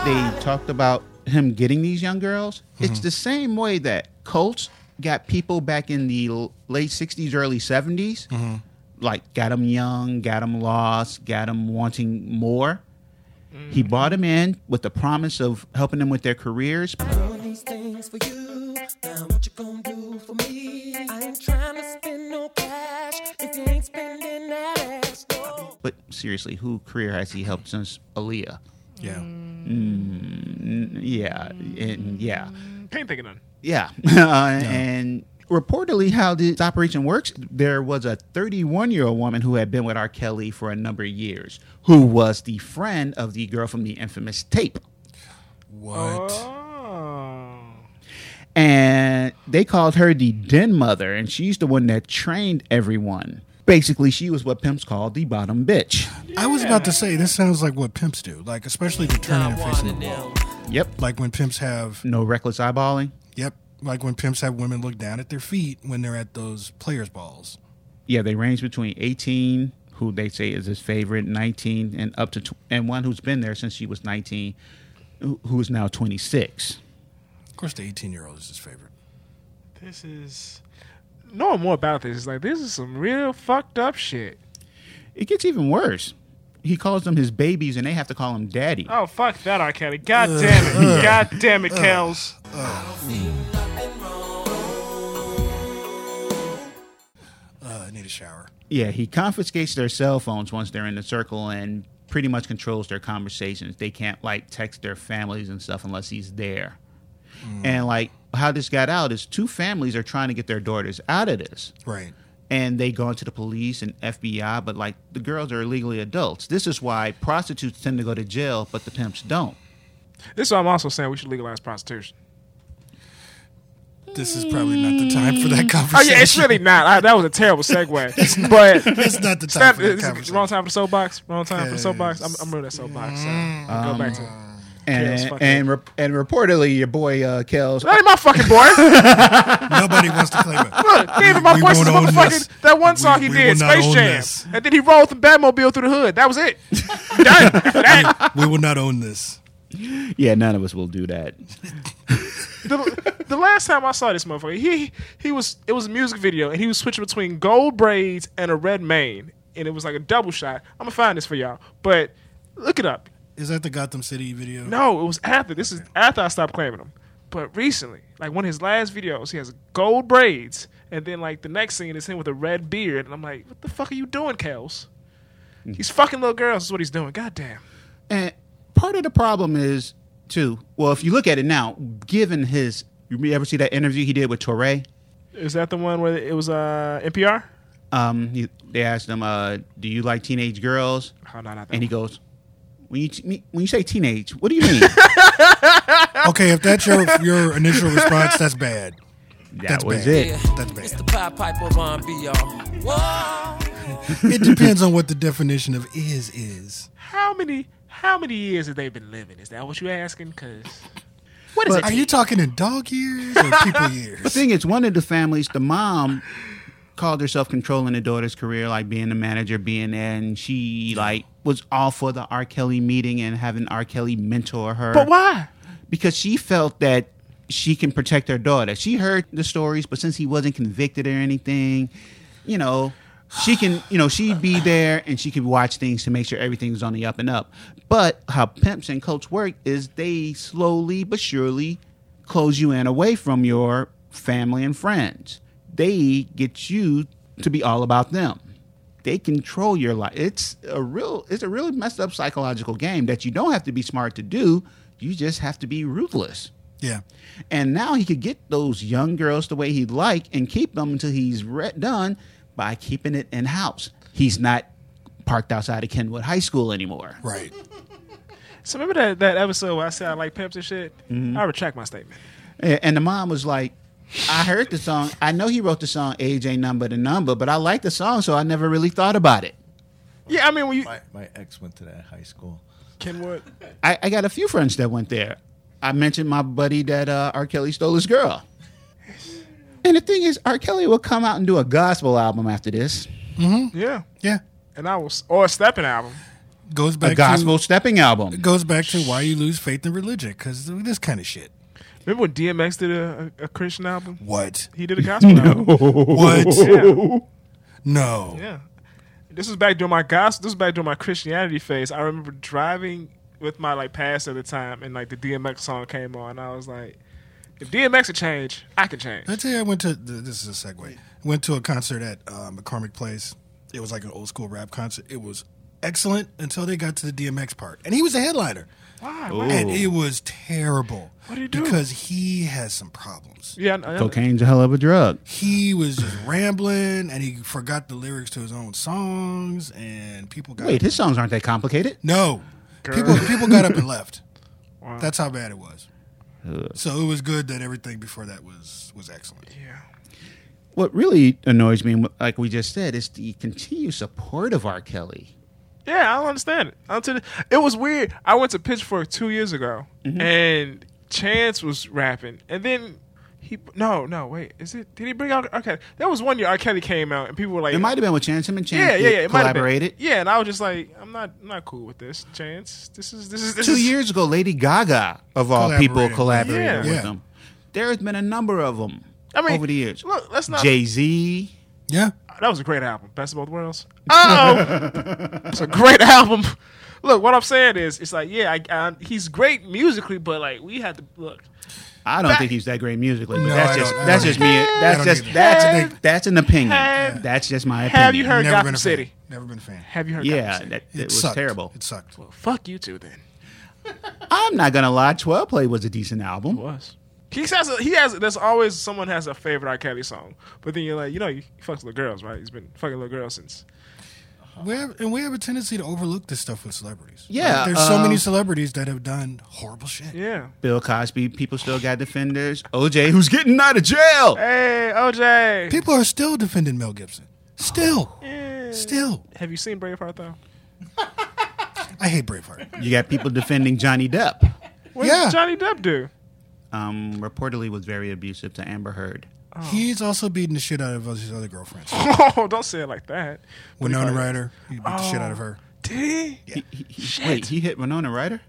Speaker 3: they talked about him getting these young girls, it's the same way that Colts got people back in the l- late 60s, early 70s. Like, got them young, got them lost, got them wanting more. He bought them in with the promise of helping them with their careers.
Speaker 5: doing these things for you. Now what you gonna do for me? I ain't trying to spend no cash if you ain't spending that ass. No.
Speaker 3: But seriously, who career has he helped since Aaliyah?
Speaker 1: Yeah,
Speaker 3: Mm, yeah, and yeah.
Speaker 2: Can't think of none.
Speaker 3: Yeah. Uh, And reportedly, how this operation works, there was a 31 year old woman who had been with R. Kelly for a number of years, who was the friend of the girl from the infamous tape.
Speaker 1: what?
Speaker 2: Ah. Oh.
Speaker 3: And they called her the den mother, and she's the one that trained everyone. Basically, she was what pimps called the bottom bitch.
Speaker 1: I was about to say this sounds like what pimps do, like especially the turning and facing the wall.
Speaker 3: Yep.
Speaker 1: Like when pimps have,
Speaker 3: No reckless eyeballing.
Speaker 1: yep, like when pimps have women look down at their feet when they're at those players' balls.
Speaker 3: Yeah, they range between 18, who they say is his favorite, 19, and up to, tw- and one who's been there since she was 19, who who is now 26.
Speaker 1: Of course, the eighteen-year-old is his favorite.
Speaker 2: This is knowing more about this. It's like this is some real fucked up shit.
Speaker 3: It gets even worse. He calls them his babies, and they have to call him daddy.
Speaker 2: Oh fuck that R. Kelly. God damn it. God damn it, Kels.
Speaker 1: Uh, I need a shower.
Speaker 3: Yeah, he confiscates their cell phones once they're in the circle, and pretty much controls their conversations. They can't like text their families and stuff unless he's there. And like how this got out is two families are trying to get their daughters out of this.
Speaker 1: Right.
Speaker 3: and they gone to the police and FBI, but like the girls are illegally adults. This is why prostitutes tend to go to jail, but the pimps don't.
Speaker 2: This is why I'm also saying we should legalize prostitution.
Speaker 1: This is probably not the time for that
Speaker 2: Oh
Speaker 1: conversation.
Speaker 2: yeah, it's really not. I, that was a terrible segue. but
Speaker 1: It's not the time
Speaker 2: Stop,
Speaker 1: for that
Speaker 2: it's
Speaker 1: conversation.
Speaker 2: wrong time for the soapbox. Wrong time for the soapbox. I'm, I'm rid of that soapbox. So I'll go back to it.
Speaker 1: Mm.
Speaker 2: Kels,
Speaker 3: And
Speaker 2: fuck
Speaker 3: and, rep- and reportedly, your boy uh, Kells.
Speaker 1: Ah!
Speaker 2: That ain't my fucking boy.
Speaker 1: Nobody wants to claim it.
Speaker 2: Gave him my
Speaker 1: We
Speaker 2: voice to
Speaker 1: won't own
Speaker 2: motherfucking
Speaker 1: this.
Speaker 2: that one song
Speaker 1: We-
Speaker 2: he
Speaker 1: we
Speaker 2: did,
Speaker 1: will not
Speaker 2: Space
Speaker 1: own
Speaker 2: Jam,
Speaker 1: this.
Speaker 2: and then he rolled the Batmobile through the hood. That was it. Done. That-
Speaker 1: We will not own this.
Speaker 3: Yeah, none of us will do that.
Speaker 2: the, the last time I saw this motherfucker, he he was it was a music video, and he was switching between gold braids and a red mane, and it was like a double shot. I'm gonna find this for y'all, but look it up.
Speaker 1: Is that the Gotham City video?
Speaker 2: No, it was after. This is after I stopped claiming him. But recently, like one of his last videos, he has gold braids, and then like the next scene is him with a red beard, and I'm like, what the fuck are you doing, Kels? He's fucking little girls. Is what he's doing. Goddamn.
Speaker 3: And part of the problem is too. Well, if you look at it now, given his, you ever see that interview he did with Torre?
Speaker 2: Is that the one where it was uh NPR?
Speaker 3: Um, he, they asked him, uh, "Do you like teenage girls?"
Speaker 2: Oh, no, not that
Speaker 3: And he
Speaker 2: one.
Speaker 3: goes, "When you t- when you say teenage, what do you mean?"
Speaker 1: Okay, if that's your your initial response, that's bad.
Speaker 3: that
Speaker 1: That's
Speaker 3: was
Speaker 1: bad.
Speaker 3: it.
Speaker 1: That's
Speaker 5: It's the
Speaker 1: bad.
Speaker 5: Pied Piper of R&B, y'all. Whoa.
Speaker 1: It depends on what the definition of is is.
Speaker 2: How many how many years have they been living? Is that what you asking? Cause
Speaker 3: What is it?
Speaker 1: Are you talking in dog years or people years?
Speaker 3: The thing is, one of the families, the mom called herself controlling the daughter's career, like being the manager, being there, and she like was all for the R. Kelly meeting and having R. Kelly mentor her.
Speaker 2: But why?
Speaker 3: Because she felt that she can protect her daughter. She heard the stories, but since he wasn't convicted or anything, you know, she can, you know, she'd be there and she could watch things to make sure everything's on the up and up. But how pimps and cults work is they slowly but surely close you in away from your family and friends. They get you to be all about them. They control your life. It's a real, it's a really messed up psychological game that you don't have to be smart to do. You just have to be ruthless.
Speaker 1: Yeah.
Speaker 3: And now he could get those young girls the way he'd like and keep them until he's re- done by keeping it in house. He's not parked outside of Kenwood High School anymore.
Speaker 1: Right.
Speaker 2: So remember that, that episode where I said I like pimps and shit? I retract my statement.
Speaker 3: A- And the mom was like, I heard the song. I know he wrote the song Age Ain't Number the Number, but I like the song, so I never really thought about it.
Speaker 2: Yeah, I mean, when you.
Speaker 4: My, my ex went to that high school.
Speaker 2: Kenwood.
Speaker 3: I, I got a few friends that went there. I mentioned my buddy that uh, R. Kelly stole his girl. And the thing is, R. Kelly will come out and do a gospel album after this.
Speaker 2: Yeah.
Speaker 1: Yeah.
Speaker 2: And I was. Or a stepping album.
Speaker 1: Goes
Speaker 3: A
Speaker 1: back
Speaker 3: gospel stepping album.
Speaker 1: to goes back to why you lose faith in religion because this kind of shit.
Speaker 2: Remember when DMX did a, a, a Christian album?
Speaker 1: What?
Speaker 2: He did a gospel album.
Speaker 1: What?
Speaker 2: Yeah.
Speaker 1: No.
Speaker 2: Yeah. This was back during my gospel. This was back during my Christianity phase. I remember driving with my like past at the time, and like the DMX song came on. I was like, if DMX could change, I can change.
Speaker 1: I tell you, I went to th- this is a segue. Went to a concert at um, McCormick Place. It was like an old school rap concert. It was excellent until they got to the DMX part, and he was the headliner,
Speaker 3: Ah,
Speaker 2: Why?
Speaker 1: and it was terrible. What
Speaker 2: What'd he do?
Speaker 1: Because he has some problems.
Speaker 2: Yeah. I- I-
Speaker 3: Cocaine's a hell of a drug.
Speaker 1: He was just rambling, and he forgot the lyrics to his own songs, and people got
Speaker 3: Wait, his songs aren't that complicated.
Speaker 1: No. People people got up and left. That's how bad it was. So it was good that everything before that was was excellent.
Speaker 2: Yeah.
Speaker 3: What really annoys me, and what- like we just said, is the continued support of R. Kelly.
Speaker 2: Yeah, I don't understand it. Until it was weird. I went to Pitchfork two years ago,
Speaker 3: Mm-hmm.
Speaker 2: and Chance was rapping, and then he no no wait is it did he bring out okay? There was one year R. Kelly came out, and people were like,
Speaker 3: It might have been with Chance. Him and Chance
Speaker 2: yeah yeah yeah it might have been.
Speaker 3: collaborated.
Speaker 2: Yeah, and I was just like, I'm not I'm not cool with this Chance. This is this is this
Speaker 3: Two
Speaker 2: is,
Speaker 3: years ago, Lady Gaga, of all people,
Speaker 1: Collaborated.
Speaker 3: collaborated
Speaker 2: Yeah.
Speaker 3: with
Speaker 1: Yeah.
Speaker 3: him. There has been a number of them
Speaker 2: I mean,
Speaker 3: over the years.
Speaker 2: Look, let's not.
Speaker 3: Jay Z.
Speaker 1: Yeah.
Speaker 2: that was a great album. Best of both worlds. Oh, it's a great album. Look, what I'm saying is, it's like, yeah, I, I, he's great musically, but like, we had to look.
Speaker 3: I don't
Speaker 2: That-
Speaker 3: think he's that great musically, but
Speaker 1: No, I
Speaker 3: that's just
Speaker 1: don't- I
Speaker 3: that's
Speaker 1: don't
Speaker 3: just me.
Speaker 1: either. I
Speaker 3: That's
Speaker 1: don't
Speaker 3: just
Speaker 1: either.
Speaker 3: that's
Speaker 1: Have-
Speaker 3: that's an opinion.
Speaker 2: have-
Speaker 3: that's just my opinion.
Speaker 2: Have you heard
Speaker 1: Never been
Speaker 2: Gotham
Speaker 1: a
Speaker 2: City?
Speaker 1: fan. Never been a fan.
Speaker 2: Have you heard?
Speaker 3: Yeah,
Speaker 2: Gotham City?
Speaker 3: that,
Speaker 1: It,
Speaker 3: that was
Speaker 1: sucked.
Speaker 3: terrible.
Speaker 1: It sucked.
Speaker 2: Fuck you two then.
Speaker 3: I'm not gonna lie. Twelve Play was a decent album.
Speaker 2: Was. He has. A, he has. There's always someone has a favorite R. Kelly song, but then you're like, you know, you fucks little girls, right? He's been fucking little girls since.
Speaker 1: We have, and we have a tendency to overlook this stuff with celebrities.
Speaker 3: Yeah,
Speaker 1: Like, there's so
Speaker 3: uh,
Speaker 1: many celebrities that have done horrible shit.
Speaker 2: Yeah.
Speaker 3: Bill Cosby, people still got defenders. OJ, who's getting out of jail.
Speaker 2: Hey, OJ.
Speaker 1: People are still defending Mel Gibson. Still. Still.
Speaker 2: Have you seen Braveheart though?
Speaker 1: I hate Braveheart.
Speaker 3: You got people defending Johnny Depp.
Speaker 2: What
Speaker 1: Yeah.
Speaker 2: did Johnny Depp do?
Speaker 3: Um, reportedly was very abusive to Amber Heard.
Speaker 1: He's also beating the shit out of his other girlfriends.
Speaker 2: Oh, don't say it like that.
Speaker 1: Winona Ryder, he beat the shit out of her.
Speaker 2: Did he?
Speaker 3: He- he- Wait, he hit Winona Ryder?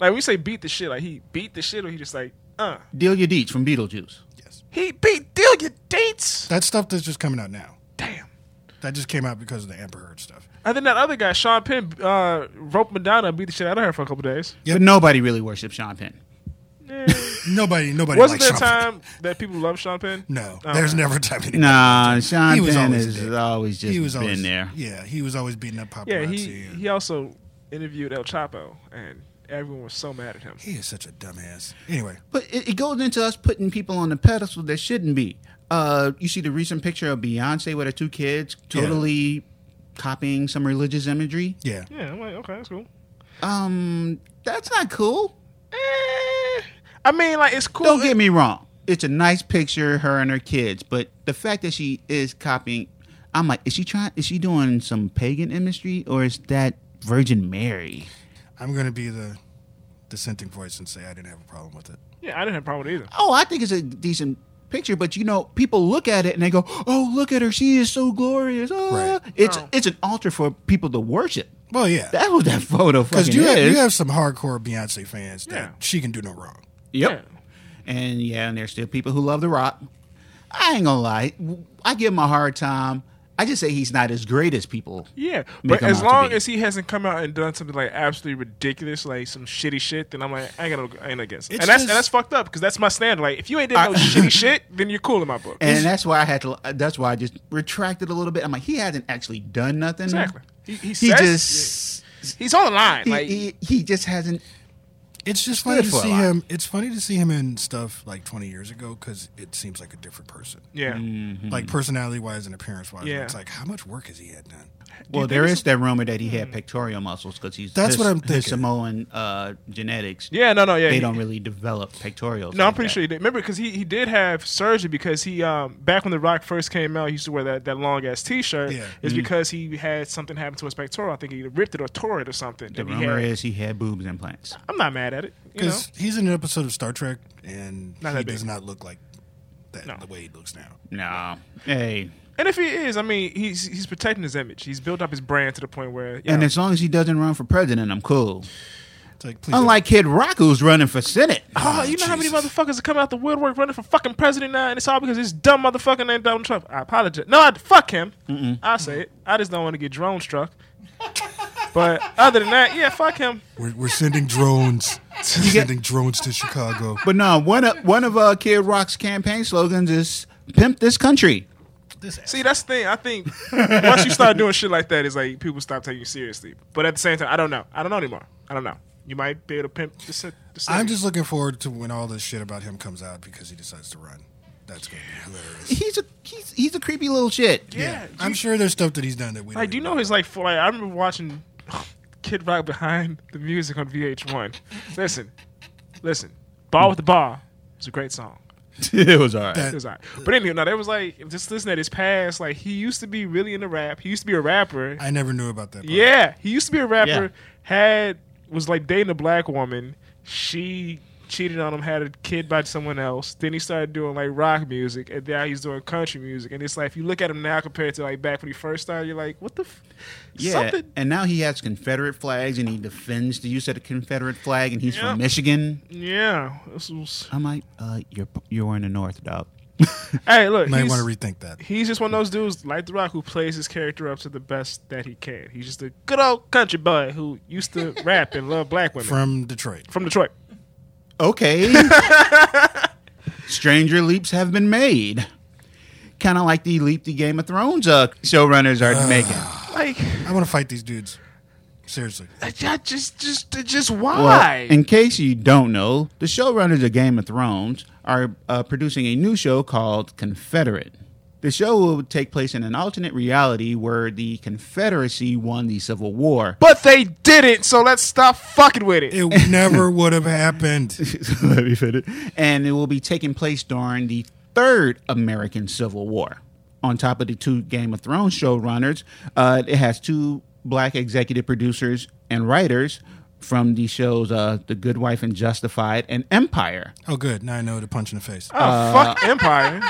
Speaker 2: Like we say, beat the shit. Like he beat the shit, or he just like, uh,
Speaker 3: Delia Deetz from Beetlejuice.
Speaker 1: Yes.
Speaker 2: he beat Delia Dates.
Speaker 1: That stuff that's just coming out now.
Speaker 2: Damn.
Speaker 1: That just came out because of the Amber Heard stuff.
Speaker 2: And then that other guy, Sean Penn, uh, roped Madonna and beat the shit out of her for a couple days.
Speaker 1: Yep.
Speaker 3: But nobody really worships Sean Penn.
Speaker 1: Nobody, nobody.
Speaker 2: Wasn't there
Speaker 1: likes
Speaker 2: a
Speaker 1: Sean Penn.
Speaker 2: time that people loved Sean Penn?
Speaker 1: No,
Speaker 2: Oh.
Speaker 1: there's never a time. Anymore.
Speaker 3: Nah, Sean
Speaker 1: He was
Speaker 3: Penn
Speaker 1: always a
Speaker 3: has
Speaker 1: dick.
Speaker 3: always just
Speaker 1: he was
Speaker 3: been
Speaker 1: always
Speaker 3: there.
Speaker 1: Yeah, he was always beating up paparazzi.
Speaker 2: Yeah, he
Speaker 1: and-
Speaker 2: he also interviewed El Chapo, and everyone was so mad at him.
Speaker 1: he is such a dumbass. Anyway,
Speaker 3: But it, it goes into us putting people on the pedestal that shouldn't be. Uh, you see the recent picture of Beyonce with her two kids,
Speaker 1: Yeah.
Speaker 3: totally copying some religious imagery.
Speaker 1: yeah,
Speaker 2: Yeah, I'm like, okay, that's cool.
Speaker 3: Um, that's not cool.
Speaker 2: Eh, I mean, like, it's cool.
Speaker 3: Don't get me wrong. It's a nice picture, her and her kids. But the fact that she is copying, I'm like, is she trying? Is she doing some pagan imagery, or is that Virgin Mary?
Speaker 1: I'm gonna be the dissenting voice and say I didn't have a problem with it.
Speaker 2: yeah, I didn't have a problem with it either.
Speaker 3: Oh, I think it's a decent picture, but you know, people look at it and they go, "Oh, look at her! She is so glorious!" Ah.
Speaker 1: Right.
Speaker 3: It's
Speaker 2: Oh.
Speaker 3: it's an altar for people to worship.
Speaker 1: Well, yeah.
Speaker 3: That's what that photo fucking
Speaker 1: Because you, have-
Speaker 3: is.
Speaker 1: you have some hardcore Beyonce fans that
Speaker 2: Yeah.
Speaker 1: she can do no wrong.
Speaker 3: Yep. And yeah, and there's still people who love The Rock. I ain't gonna lie, I give him a hard time. I just say he's not as great as people.
Speaker 2: Yeah,
Speaker 3: make
Speaker 2: but
Speaker 3: him
Speaker 2: as
Speaker 3: out to
Speaker 2: long
Speaker 3: be.
Speaker 2: as he hasn't come out and done something like absolutely ridiculous, like some shitty shit, then I'm like, I ain't gonna, I ain't against it.
Speaker 1: It's
Speaker 2: And that's
Speaker 1: just-
Speaker 2: and that's fucked up because that's my standard. Like, if you ain't did no shitty shit, then you're cool in my book.
Speaker 3: and that's why I had to. That's why I just retracted a little bit. I'm like, he hasn't actually done nothing.
Speaker 2: Exactly. He- he says-
Speaker 3: just
Speaker 2: He's on the line.
Speaker 3: he,
Speaker 2: like,
Speaker 3: he, he just hasn't.
Speaker 1: It's just funny to
Speaker 3: for a
Speaker 1: see
Speaker 3: lot.
Speaker 1: him. It's funny to see him in stuff like 20 years ago because it seems like a different person,
Speaker 2: yeah.
Speaker 3: Mm.
Speaker 1: like personality wise and appearance wise.
Speaker 2: Mm-hmm. Yeah.
Speaker 1: It's like how much work has he had done?
Speaker 3: Well, there is that rumor that he had pectoral muscles because he's
Speaker 1: Hmm. That's
Speaker 3: his-
Speaker 1: what I'm
Speaker 3: his
Speaker 1: thinking.
Speaker 3: Samoan uh, genetics.
Speaker 2: Yeah, no, no, yeah.
Speaker 3: they
Speaker 2: he-
Speaker 3: don't really develop pectorals.
Speaker 2: No, I'm
Speaker 3: like
Speaker 2: pretty
Speaker 3: that.
Speaker 2: sure he did. Remember, because he, he did have surgery because he um back when The Rock first came out, he used to wear that, that long ass T-shirt.
Speaker 1: Yeah.
Speaker 3: Mm-hmm.
Speaker 2: Is because he had something happen to his pectoral. I think he ripped it or tore it or something.
Speaker 3: The
Speaker 2: and he
Speaker 3: rumor
Speaker 2: had-
Speaker 3: is he had boobs implants.
Speaker 2: I'm not mad at it. You know?
Speaker 1: Because he's in an episode of Star Trek and
Speaker 2: Not
Speaker 1: he
Speaker 2: that big.
Speaker 1: does not look like that
Speaker 2: No.
Speaker 1: the way he looks now.
Speaker 3: No, hey,
Speaker 2: And if he is, I mean, he's he's protecting his image. He's built up his brand to the point where you
Speaker 3: and
Speaker 2: know,
Speaker 3: as long as he doesn't run for president, I'm cool.
Speaker 1: It's like please,
Speaker 3: Unlike Kid Rock, who's running for senate.
Speaker 2: Oh, you know how many motherfuckers have come out the woodwork running for fucking president now, and it's all because this dumb motherfucker named Donald Trump. I apologize. No, I, fuck him. I say it. I just don't want to get drone struck. but other than that, yeah, fuck him.
Speaker 1: we're, we're sending drones, sending drones to Chicago.
Speaker 3: But no, one of one of uh, Kid Rock's campaign slogans is "Pimp this country."
Speaker 2: See, that's the thing. I think once you start doing shit like that, it's like people stop taking you seriously. But at the same time, I don't know. I don't know anymore. I don't know. You might be able to pimp the, si- the city.
Speaker 1: I'm just looking forward to when all this shit about him comes out because he decides to run. That's going to be hilarious.
Speaker 3: He's a he's he's a creepy little shit.
Speaker 2: yeah.
Speaker 1: I'm
Speaker 2: you-
Speaker 1: sure there's stuff that he's done that we
Speaker 2: Like,
Speaker 1: don't
Speaker 2: do you
Speaker 1: even
Speaker 2: know his like? For, like, I remember watching Kid Rock behind the music on VH1. Listen, listen, "Ball with the Ball" is a great song.
Speaker 3: it was alright.
Speaker 1: That-
Speaker 2: It was alright. But anyway, no, there was like just listen at his past. Like he used to be really into rap. He used to be a rapper.
Speaker 1: I never knew about that. part.
Speaker 2: Yeah, he used to be a rapper.
Speaker 3: Yeah.
Speaker 2: Had was like dating a black woman. She cheated on him. Had a kid by someone else. Then he started doing like rock music, and now he's doing country music. And it's like if you look at him now compared to like back when he first started, you're like, what the. F-
Speaker 3: Yeah,
Speaker 2: Something
Speaker 3: and now he has Confederate flags, and he defends the use of the Confederate flag, and he's
Speaker 2: Yeah.
Speaker 3: from Michigan.
Speaker 2: Yeah, this was.
Speaker 3: I'm like, uh, you're you're in the North, dog.
Speaker 2: Hey, look,
Speaker 1: Might
Speaker 2: he's,
Speaker 1: want to rethink that.
Speaker 2: he's just one of those dudes like The Rock who plays his character up to the best that he can. He's just a good old country boy who used to rap and love black women from,
Speaker 1: From Detroit.
Speaker 2: Detroit.
Speaker 3: Okay. Stranger leaps have been made, kind of like the leap the Game of Thrones uh, showrunners are making.
Speaker 2: Like,
Speaker 1: I want to fight these dudes. Seriously.
Speaker 2: I just, just, just
Speaker 3: Well,
Speaker 2: why?
Speaker 3: in case you don't know, the showrunners of Game of Thrones are uh, producing a new show called Confederate. The show will take place in an alternate reality where the Confederacy won the Civil War.
Speaker 2: but they didn't, so let's stop fucking with it.
Speaker 1: It never would have happened.
Speaker 3: Let me finish. And it will be taking place during the third American Civil War. On top of the two Game of Thrones showrunners, uh, it has two black executive producers and writers from the shows uh, The Good Wife and Justified and Empire.
Speaker 1: Oh, good. Now I know to punch in the face.
Speaker 2: Oh, fuck Empire.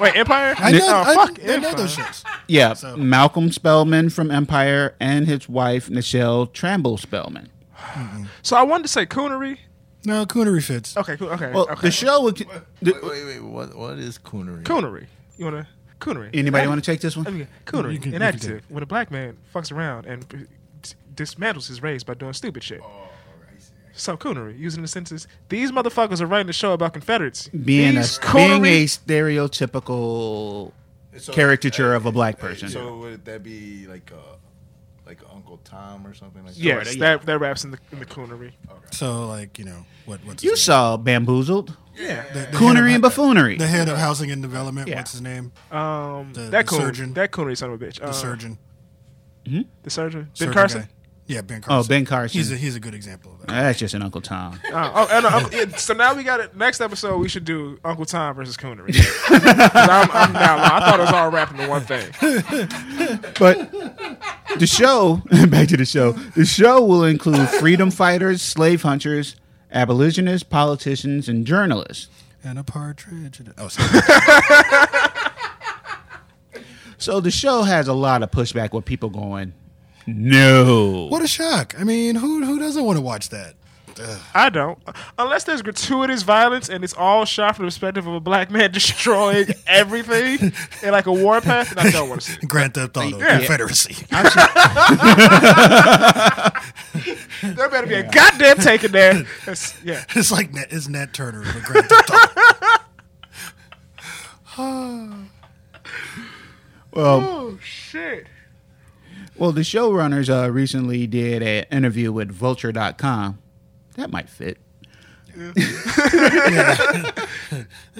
Speaker 2: Wait, Empire?
Speaker 1: I know,
Speaker 2: oh,
Speaker 1: I,
Speaker 2: fuck
Speaker 1: I know
Speaker 2: Empire.
Speaker 1: those shows.
Speaker 3: Yeah, Malcolm Spellman from Empire and his wife, Nichelle Tramble Spellman.
Speaker 2: So I wanted to say coonery.
Speaker 1: No, Coonery fits.
Speaker 2: Okay, cool. Okay,
Speaker 3: Well,
Speaker 2: okay.
Speaker 3: the show would. the-
Speaker 4: Wait, wait, wait. What, what is coonery?
Speaker 2: coonery. You wanna coonery?
Speaker 3: anybody want to take this one?
Speaker 2: Okay, coonery,
Speaker 1: You can- you can
Speaker 2: an adjective. When a black man fucks around and p- dis- dismantles his race by doing stupid shit.
Speaker 1: Oh,
Speaker 2: So coonery, using the sentence, these motherfuckers are writing a show about Confederates.
Speaker 3: Being a,
Speaker 2: these
Speaker 3: being a
Speaker 2: coonery-
Speaker 3: stereotypical
Speaker 4: So-
Speaker 3: caricature of a black
Speaker 4: Hey,
Speaker 3: person.
Speaker 4: So would that be like a like Uncle Tom or something like
Speaker 2: yes,
Speaker 4: that?
Speaker 2: that that raps in the in the coonery.
Speaker 1: Uh, So, like, you know, what, what's
Speaker 3: you
Speaker 1: his name?
Speaker 3: saw Bamboozled,
Speaker 2: Yeah,
Speaker 1: The- the head
Speaker 3: Coonery
Speaker 1: of-
Speaker 3: and Buffoonery.
Speaker 1: The head of housing and development.
Speaker 3: Yeah.
Speaker 1: What's his name?
Speaker 2: um,
Speaker 1: the- the
Speaker 2: that coonery,
Speaker 1: surgeon.
Speaker 2: that coonery son of a bitch.
Speaker 1: The
Speaker 2: Uh,
Speaker 1: surgeon.
Speaker 2: the surgeon, Ben
Speaker 1: Surgeon
Speaker 2: Carson. Oh,
Speaker 1: guy. Yeah, Ben Carson.
Speaker 3: Ben Carson.
Speaker 1: He's a, he's a good example of that.
Speaker 3: That's just an Uncle Tom.
Speaker 2: Uh, oh, and, uh, Uncle- yeah, so now we got it. Next episode, we should do Uncle Tom versus Coonery. 'Cause I'm, I'm down. low. I thought it was all wrapped into one thing.
Speaker 3: But the show, back to the show, the show will include freedom fighters, slave hunters, abolitionists, politicians, and journalists.
Speaker 1: and a partridge. And a, oh, sorry.
Speaker 3: So the show has a lot of pushback with people going, no.
Speaker 1: what a shock! I mean, who who doesn't want to watch that?
Speaker 2: I don't. Unless there's gratuitous violence and it's all shot from the perspective of a black man destroying everything in like a warpath, and I don't want to see it.
Speaker 1: Grand Theft Auto
Speaker 2: Yeah.
Speaker 1: Confederacy.
Speaker 2: There better be a goddamn take in there. That's- yeah.
Speaker 1: It's like Nat, it's Nat Turner of a Grand Theft Auto.
Speaker 2: Oh shit.
Speaker 3: Well, the showrunners uh, recently did an interview with Vulture.com. That might fit.
Speaker 1: that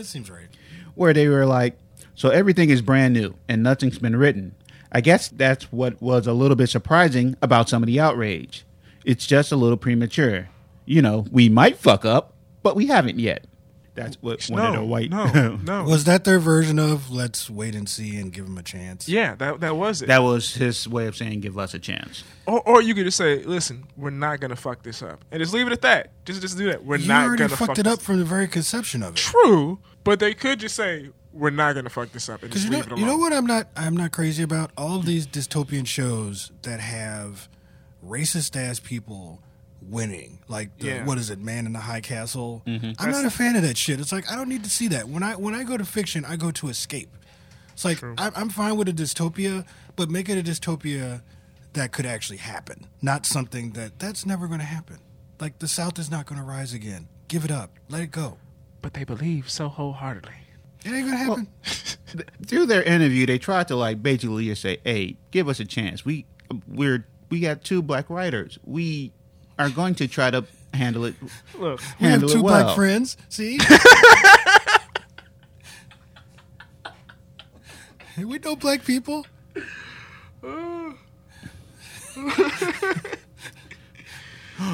Speaker 1: seems right.
Speaker 3: Where they were like, so everything is brand new and nothing's been written. I guess that's what was a little bit surprising about some of the outrage. It's just a little premature. You know, we might fuck up, but we haven't yet. That's what one of the
Speaker 2: no,
Speaker 3: white.
Speaker 2: no, no.
Speaker 1: Was that their version of let's wait and see and give them a chance?
Speaker 2: yeah, that that was it.
Speaker 3: that was his way of saying, give us a chance.
Speaker 2: or, or you could just say, listen, we're not gonna fuck this up, and just leave it at that. Just just do that. We're
Speaker 1: you
Speaker 2: not
Speaker 1: already
Speaker 2: gonna
Speaker 1: fucked
Speaker 2: fuck
Speaker 1: it
Speaker 2: this
Speaker 1: up from the very conception of it.
Speaker 2: True, but they could just say we're not gonna fuck this up and
Speaker 1: Because
Speaker 2: just
Speaker 1: you
Speaker 2: leave it
Speaker 1: know,
Speaker 2: alone.
Speaker 1: you know what I'm not I'm not crazy about all of these dystopian shows that have racist ass people winning. Like the,
Speaker 2: Yeah. Mm-hmm.
Speaker 1: what is it, Man in the High Castle? I'm not a fan of that shit. It's like I don't need to see that. When I when I go to fiction, I go to escape. It's like I, I'm fine with a dystopia, but make it a dystopia that could actually happen, not something that that's never going to happen. Like the South is not going to rise again. Give it up. Let it go.
Speaker 2: But they believe so wholeheartedly.
Speaker 1: It ain't going to happen.
Speaker 3: th- through their interview, they tried to like basically just say, "Hey, give us a chance. We we're we got two black writers. We are going to try to handle it.
Speaker 2: Look,
Speaker 1: we have
Speaker 3: handle
Speaker 1: two
Speaker 3: it well.
Speaker 1: black friends. See? Hey, we know black people.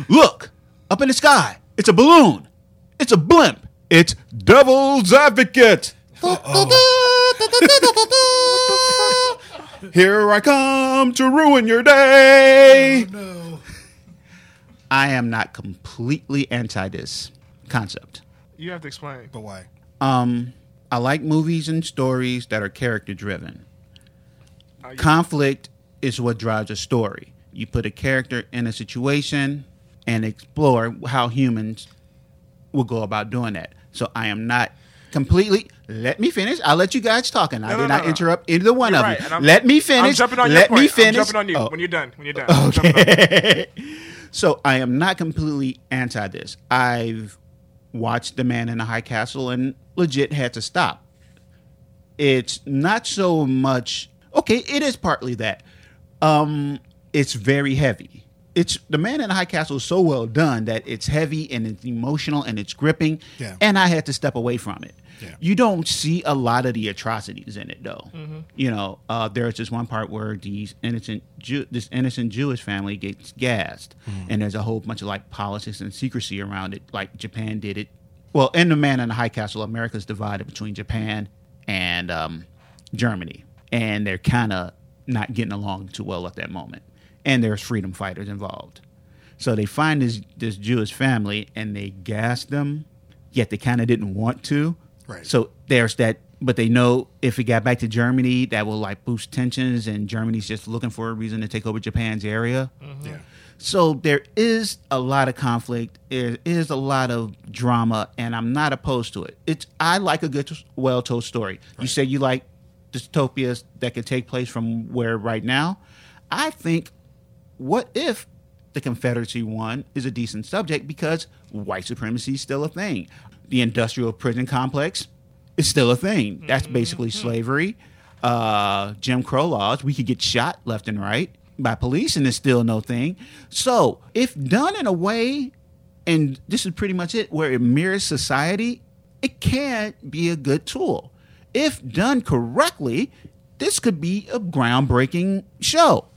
Speaker 3: Look up in the sky. It's a balloon. It's a blimp. It's Devil's Advocate. Here I come to ruin your day.
Speaker 1: No.
Speaker 3: I am not completely anti this concept.
Speaker 2: you have to explain.
Speaker 1: But why?
Speaker 3: Um, I like movies and stories that are character driven.
Speaker 2: you-
Speaker 3: Conflict is what drives a story. You put a character in a situation and explore how humans will go about doing that. So I am not completely. Let me finish. I'll let you guys talk, and I
Speaker 2: No,
Speaker 3: did
Speaker 2: no,
Speaker 3: not
Speaker 2: no, no.
Speaker 3: interrupt either one
Speaker 2: You're
Speaker 3: of
Speaker 2: right,
Speaker 3: you.
Speaker 2: and I'm-
Speaker 3: Let me
Speaker 2: I'm
Speaker 3: finish.
Speaker 2: jumping on
Speaker 3: let
Speaker 2: your
Speaker 3: me
Speaker 2: point.
Speaker 3: finish.
Speaker 2: I'm jumping on you
Speaker 3: Oh.
Speaker 2: when you're done. When you're done. I'm jumping on you.
Speaker 3: Okay. so I am not completely anti this. I've watched The Man in the High Castle and legit had to stop. It's not so much okay, it is partly that. Um it's very heavy. It's The Man in the High Castle is so well done that it's heavy and it's emotional and it's gripping.
Speaker 1: Yeah.
Speaker 3: And I had to step away from it.
Speaker 1: Yeah.
Speaker 3: You don't see a lot of the atrocities in it, though. You know, uh, there's this one part where these innocent, Jew- this innocent Jewish family gets gassed, and there's a whole bunch of like politics and secrecy around it. Like Japan did it. Well, in the Man in the High Castle, America's divided between Japan and um, Germany, and they're kind of not getting along too well at that moment. And there's freedom fighters involved. So they find this this Jewish family and they gas them, yet they kind of didn't want to.
Speaker 1: Right.
Speaker 3: So there's that, but they know if it got back to Germany, that will like boost tensions, and Germany's just looking for a reason to take over Japan's area.
Speaker 1: Yeah.
Speaker 3: So there is a lot of conflict. There is a lot of drama, and I'm not opposed to it. It's I like a good, well-told story. You say you like dystopias that could take place from where right now. I think, what if the Confederacy one is a decent subject because white supremacy is still a thing. The industrial prison complex is still a thing. That's basically slavery. Uh, Jim Crow laws. We could get shot left and right by police, and it's still no thing. So, if done in a way, and this is pretty much it, where it mirrors society, it can be a good tool. If done correctly, this could be a groundbreaking show.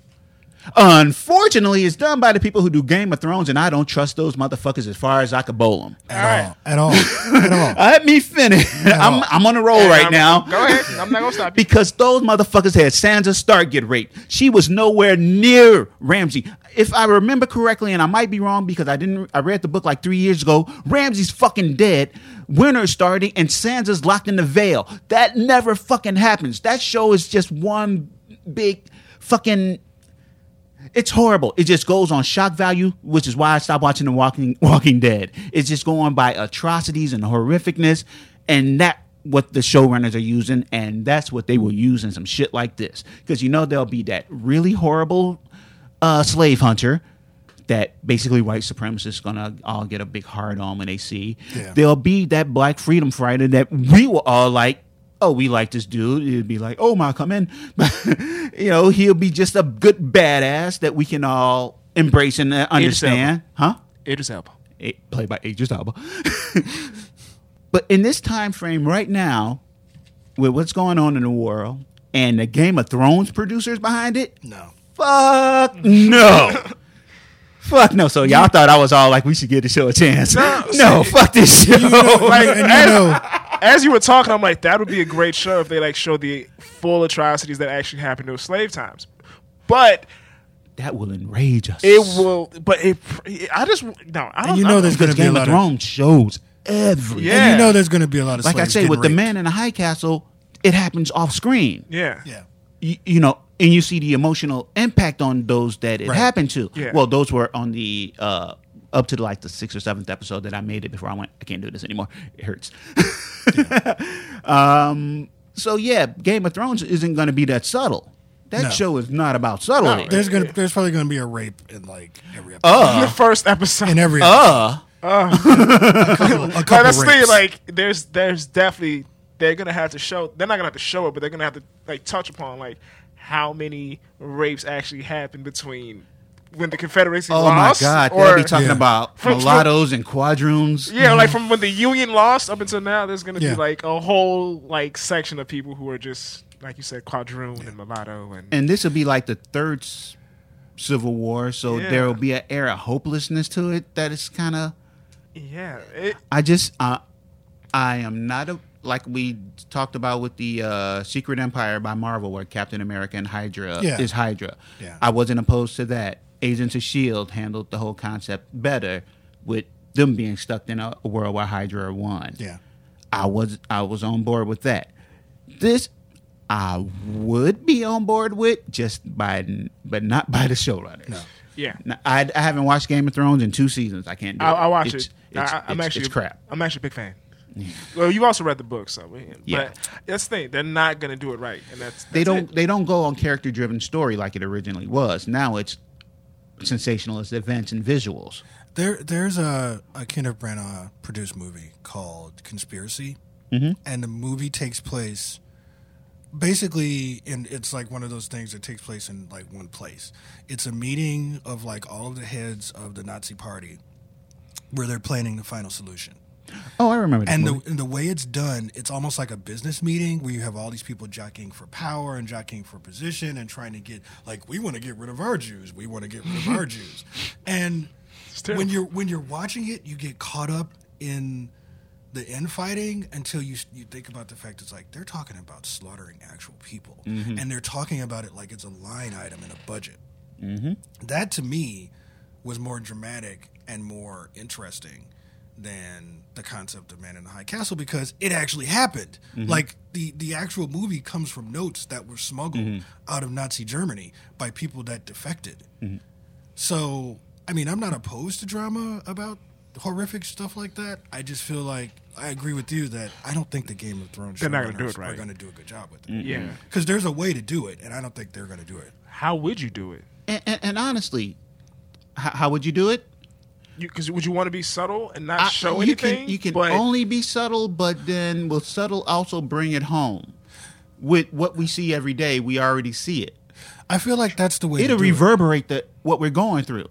Speaker 3: Unfortunately, it's done by the people who do Game of Thrones, and I don't trust those motherfuckers as far as I could bowl them.
Speaker 1: At all. At all. At all.
Speaker 3: Let me finish. I'm, I'm on a roll right
Speaker 2: I'm-
Speaker 3: now.
Speaker 2: Go ahead. I'm not gonna stop you.
Speaker 3: Because those motherfuckers had Sansa Stark get raped. She was nowhere near Ramsey. If I remember correctly, and I might be wrong because I didn't I read the book like three years ago, Ramsey's fucking dead. Winter's starting and Sansa's locked in the veil. That never fucking happens. That show is just one big fucking it's horrible. It just goes on shock value, which is why I stopped watching The Walking Walking Dead. It's just going by atrocities and horrificness, and that what the showrunners are using, and that's what they will use in some shit like this. Because you know there'll be that really horrible uh, slave hunter that basically white supremacists gonna all get a big hard on when they see.
Speaker 1: Yeah.
Speaker 3: There'll be that black freedom fighter that we were all like, oh, we like this dude. It'd be like, oh my, come in. you know, he'll be just a good badass that we can all embrace and uh,
Speaker 2: Idris Elba.
Speaker 3: understand, huh?
Speaker 2: Idris Elba.
Speaker 3: Eh, Played by Idris Elba. but in this time frame right now, with what's going on in the world and the Game of Thrones producers behind it,
Speaker 1: No.
Speaker 3: Fuck no. fuck no. So y'all thought I was all like, we should give the show a chance. No, fuck this show.
Speaker 1: Like, and you know,
Speaker 2: As you were talking, I'm like, that would be a great show if they like show the full atrocities that actually happened during slave times. But
Speaker 3: that will enrage us.
Speaker 2: it will. But it. I just no. I don't.
Speaker 1: you
Speaker 2: I
Speaker 1: know
Speaker 2: don't
Speaker 1: there's gonna
Speaker 3: because
Speaker 1: be a
Speaker 3: Game of
Speaker 1: lot of,
Speaker 3: Thrones shows every.
Speaker 2: Yeah.
Speaker 1: and you know there's gonna be a lot of
Speaker 3: Like I
Speaker 1: slaves
Speaker 3: say,
Speaker 1: getting
Speaker 3: with the
Speaker 1: raped.
Speaker 3: man in the high castle, it happens off screen.
Speaker 2: Yeah.
Speaker 1: Yeah.
Speaker 3: You, you know, and you see the emotional impact on those that it
Speaker 1: Right.
Speaker 3: happened to.
Speaker 2: Yeah.
Speaker 3: Well, those were on the uh, up to like the sixth or seventh episode that I made it before I went. I can't do this anymore. It hurts. um. So yeah, Game of Thrones isn't going to be that subtle. That
Speaker 1: No.
Speaker 3: show is not about subtlety.
Speaker 1: There's gonna there's probably gonna be a rape in like every episode.
Speaker 2: In the first episode.
Speaker 1: in every
Speaker 3: uh,
Speaker 1: episode. a
Speaker 2: But
Speaker 1: couple
Speaker 2: that's the thing.
Speaker 1: rapes.
Speaker 2: Like, there's there's definitely they're gonna have to show. They're not gonna have to show it, but they're gonna have to like touch upon like how many rapes actually happened between when the Confederacy
Speaker 3: oh my
Speaker 2: lost.
Speaker 3: God!
Speaker 2: or,
Speaker 3: They'll be talking
Speaker 1: Yeah.
Speaker 3: about
Speaker 2: From- from-
Speaker 3: mulattoes and quadroons.
Speaker 2: Yeah, like from when the Union lost up until now, there's gonna
Speaker 1: Yeah.
Speaker 2: be like a whole like section of people who are just like you said, quadroon and mulatto and,
Speaker 3: and this will be like the third s- civil war so
Speaker 2: Yeah.
Speaker 3: there will be an air of hopelessness to it that is kind of
Speaker 2: yeah. It,
Speaker 3: i just uh, i am not a like we talked about with the uh, secret empire by marvel where captain america and hydra
Speaker 1: Yeah.
Speaker 3: is hydra
Speaker 1: Yeah.
Speaker 3: i wasn't opposed to that agents of shield E handled the whole concept better with them being stuck in a, a world where hydra won
Speaker 1: Yeah.
Speaker 3: I was I was on board with that. This I would be on board with just by but not by the showrunners. No.
Speaker 2: yeah.
Speaker 3: I, I haven't watched Game of Thrones in two seasons. I can't do
Speaker 2: I,
Speaker 3: it.
Speaker 2: I watch
Speaker 3: It's-
Speaker 2: it.
Speaker 3: It's,
Speaker 2: I, I- I'm
Speaker 3: it's-
Speaker 2: actually
Speaker 3: it's crap.
Speaker 2: I'm actually a big fan. Well, you also read the book, so we-
Speaker 3: Yeah.
Speaker 2: But that's the thing; they're not gonna do it right, and that's,
Speaker 3: They
Speaker 2: that's
Speaker 3: don't
Speaker 2: it.
Speaker 3: they don't go on character driven story like it originally was. Now it's sensationalist events and visuals.
Speaker 1: There, there's a, a Kenneth Branagh produced movie called Conspiracy, and the movie takes place basically, and it's like one of those things that takes place in like one place. It's a meeting of like all of the heads of the Nazi Party, where they're planning the final solution.
Speaker 3: Oh, I remember. This
Speaker 1: And
Speaker 3: movie.
Speaker 1: the, and the way it's done, it's almost like a business meeting where you have all these people jockeying for power and jockeying for position and trying to get like we want to get rid of our Jews, we want to get rid of our Jews, and
Speaker 2: terrible.
Speaker 1: when you're when you're watching it, you get caught up in the infighting until you you think about the fact it's like they're talking about slaughtering actual people and they're talking about it like it's a line item in a budget that to me was more dramatic and more interesting than the concept of Man in the High Castle because it actually happened. Like the the actual movie comes from notes that were smuggled out of Nazi Germany by people that defected. So, I mean, I'm not opposed to drama about horrific stuff like that. I just feel like I agree with you that I don't think the Game of Thrones
Speaker 2: They're not gonna do
Speaker 1: showrunners
Speaker 2: it right.
Speaker 1: are going to do a good job with it.
Speaker 2: Yeah.
Speaker 1: Because there's a way to do it, and I don't think they're going to do it.
Speaker 2: How would you do it?
Speaker 3: and, and, and honestly, how, how would you do it?
Speaker 2: Because would you want to be subtle and not
Speaker 3: I-
Speaker 2: show
Speaker 3: you
Speaker 2: anything?
Speaker 3: Can, you can
Speaker 2: but
Speaker 3: only be subtle, but then will subtle also bring it home with what we see every day? We already see it.
Speaker 1: I feel like that's the way
Speaker 3: It'll
Speaker 1: to do it.
Speaker 3: reverberate the what we're going through.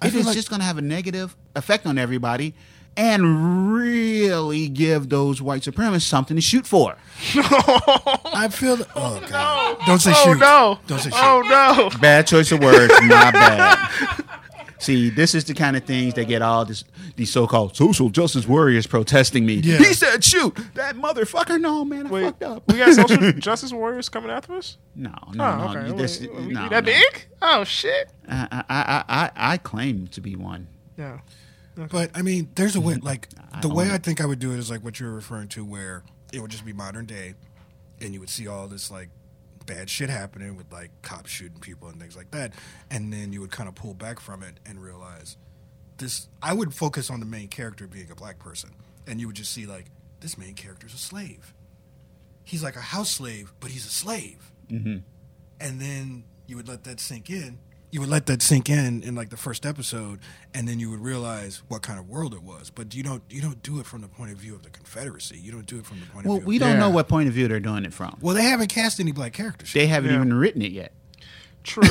Speaker 1: I
Speaker 3: It
Speaker 1: feel
Speaker 3: is
Speaker 1: like-
Speaker 3: just going to have a negative effect on everybody, and really give those white supremacists something to shoot for.
Speaker 1: I feel. The, oh god! Don't say shoot.
Speaker 2: no.
Speaker 1: Don't say shoot.
Speaker 2: Oh no!
Speaker 3: Bad choice of words. My bad. See, this is the kind of things that get all this, these so-called social justice warriors protesting me.
Speaker 1: Yeah.
Speaker 3: He said, "Shoot that motherfucker!" No, man, I
Speaker 2: Wait,
Speaker 3: fucked up.
Speaker 2: we got social justice warriors coming after us.
Speaker 3: no,
Speaker 2: Oh,
Speaker 3: no, no.
Speaker 2: okay.
Speaker 3: This,
Speaker 2: Wait, we
Speaker 3: no,
Speaker 2: eat that
Speaker 3: no.
Speaker 2: dick? Oh shit!
Speaker 3: I, I, I, I- I claim to be one.
Speaker 2: No.
Speaker 1: But I mean, there's a way. Like the
Speaker 3: own
Speaker 1: way
Speaker 3: it.
Speaker 1: I think I would do it is like what you're referring to, where it would just be modern day, and you would see all this like bad shit happening with like cops shooting people and things like that, and then you would kind of pull back from it and realize this. I would focus on the main character being a black person, and you would just see like this main character's a slave. He's like a house slave, but he's a slave
Speaker 3: Mm-hmm.
Speaker 1: and then you would let that sink in. You would let that sink in in like the first episode, and then you would realize what kind of world it was. But you don't you don't do it from the point of view of the Confederacy. You don't do it from the point
Speaker 3: Well,
Speaker 1: of view.
Speaker 3: we
Speaker 1: of
Speaker 3: don't
Speaker 2: Yeah.
Speaker 3: know what point of view they're doing it from.
Speaker 1: well, they haven't cast any black characters.
Speaker 3: They haven't
Speaker 2: Yeah.
Speaker 3: even written it yet.
Speaker 2: True.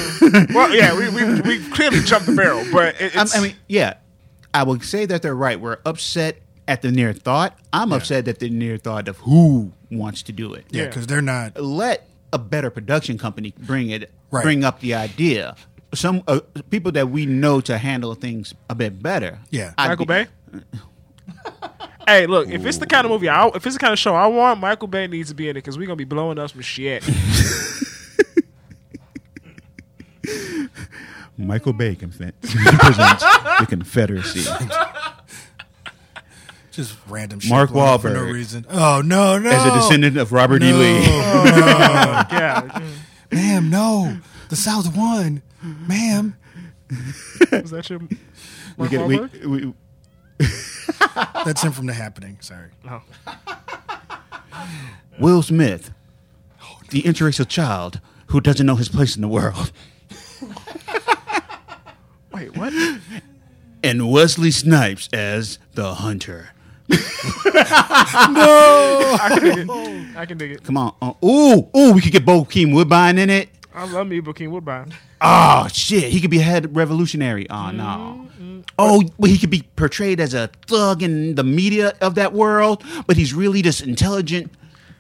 Speaker 2: well, yeah, we, we we clearly jumped the barrel, but it,
Speaker 3: I'm-
Speaker 2: it's,
Speaker 3: I mean, yeah, I would say that they're right. We're upset at the near thought. I'm upset at the near thought of who wants to do it.
Speaker 1: yeah,
Speaker 2: Yeah.
Speaker 1: because they're not.
Speaker 3: Let a better production company bring it,
Speaker 1: Right.
Speaker 3: bring up the idea. Some uh, people that we know to handle things a bit better.
Speaker 1: Yeah.
Speaker 3: I'd
Speaker 2: Michael
Speaker 3: be-
Speaker 2: Bay. Hey, look! If it's the kind of movie I, if it's the kind of show I want, Michael Bay needs to be in it because we're gonna be blowing up some shit.
Speaker 3: Michael Bay confe- presents the Confederacy.
Speaker 1: Just random shit.
Speaker 3: Mark
Speaker 1: blown up for no
Speaker 3: Wahlberg.
Speaker 1: reason. Oh no, no.
Speaker 3: of Robert E.
Speaker 1: no, Oh.
Speaker 2: yeah,
Speaker 1: ma'am, no. The South won, ma'am.
Speaker 2: was that your Mark
Speaker 3: get-
Speaker 2: Wahlberg?
Speaker 3: we-
Speaker 1: That's him from The Happening. Sorry.
Speaker 2: No.
Speaker 3: Will Smith, the interracial child who doesn't know his place in the world,
Speaker 2: Wait, what?
Speaker 3: and Wesley Snipes as the hunter.
Speaker 2: I can dig it. I can dig it.
Speaker 3: Come on, uh, ooh, ooh, we could get Bo Keem Woodbine in it.
Speaker 2: I love me Bokeem Woodbine.
Speaker 3: Oh shit, he could be a head revolutionary. Oh
Speaker 2: Mm-hmm,
Speaker 3: no. Oh, but he could be portrayed as a thug in the media of that world, but he's really this intelligent,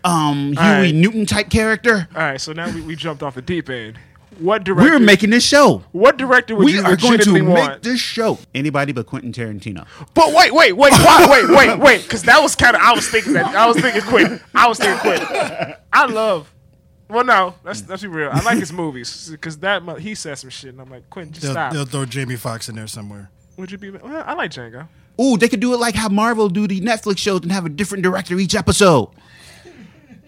Speaker 3: um, Huey
Speaker 2: right.
Speaker 3: Newton type character.
Speaker 2: All right, so now we, we jumped off the deep end. What director?
Speaker 3: We're making this show.
Speaker 2: what director would
Speaker 3: We
Speaker 2: you
Speaker 3: are going to
Speaker 2: legitimately
Speaker 3: make
Speaker 2: want?
Speaker 3: this show. Anybody but Quentin Tarantino.
Speaker 2: but wait, wait, wait, wait, wait, wait, wait, because that was kind of I was thinking that I was thinking quick. I was thinking quick. I love. Well, no, that's that's be real. I like his movies because that mo- he said some shit, and I'm like, Quentin, just
Speaker 1: They'll,
Speaker 2: stop.
Speaker 1: they'll throw Jamie Foxx in there somewhere.
Speaker 2: Would you be? Well, I like Django.
Speaker 3: Ooh, they could do it like how Marvel do the Netflix shows and have a different director each episode.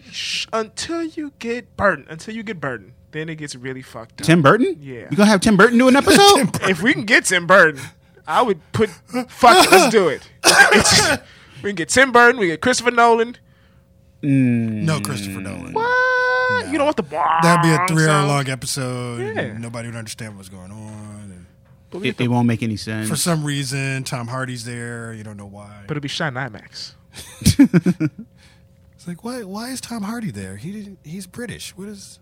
Speaker 2: Shh, until you get burdened, until you get burdened, then it gets really fucked up.
Speaker 3: Tim Burton?
Speaker 2: Yeah.
Speaker 3: You gonna have Tim Burton do an episode?
Speaker 2: if we can get Tim Burton, I would put fuck it, let's do it. It's- we can get Tim Burton, we get Christopher Nolan.
Speaker 1: No,
Speaker 3: Mm.
Speaker 1: Christopher Nolan.
Speaker 2: What? You don't want the bar.
Speaker 1: That'd be a three-hour
Speaker 2: sound.
Speaker 1: long episode. and
Speaker 2: Yeah.
Speaker 1: Nobody would understand what's going on. and-
Speaker 3: It, it won't make any sense.
Speaker 1: for some reason, Tom Hardy's there. You don't know why.
Speaker 2: But it'd be Shine IMAX.
Speaker 1: it's like, why? Why is Tom Hardy there? He didn't, he's British. What is?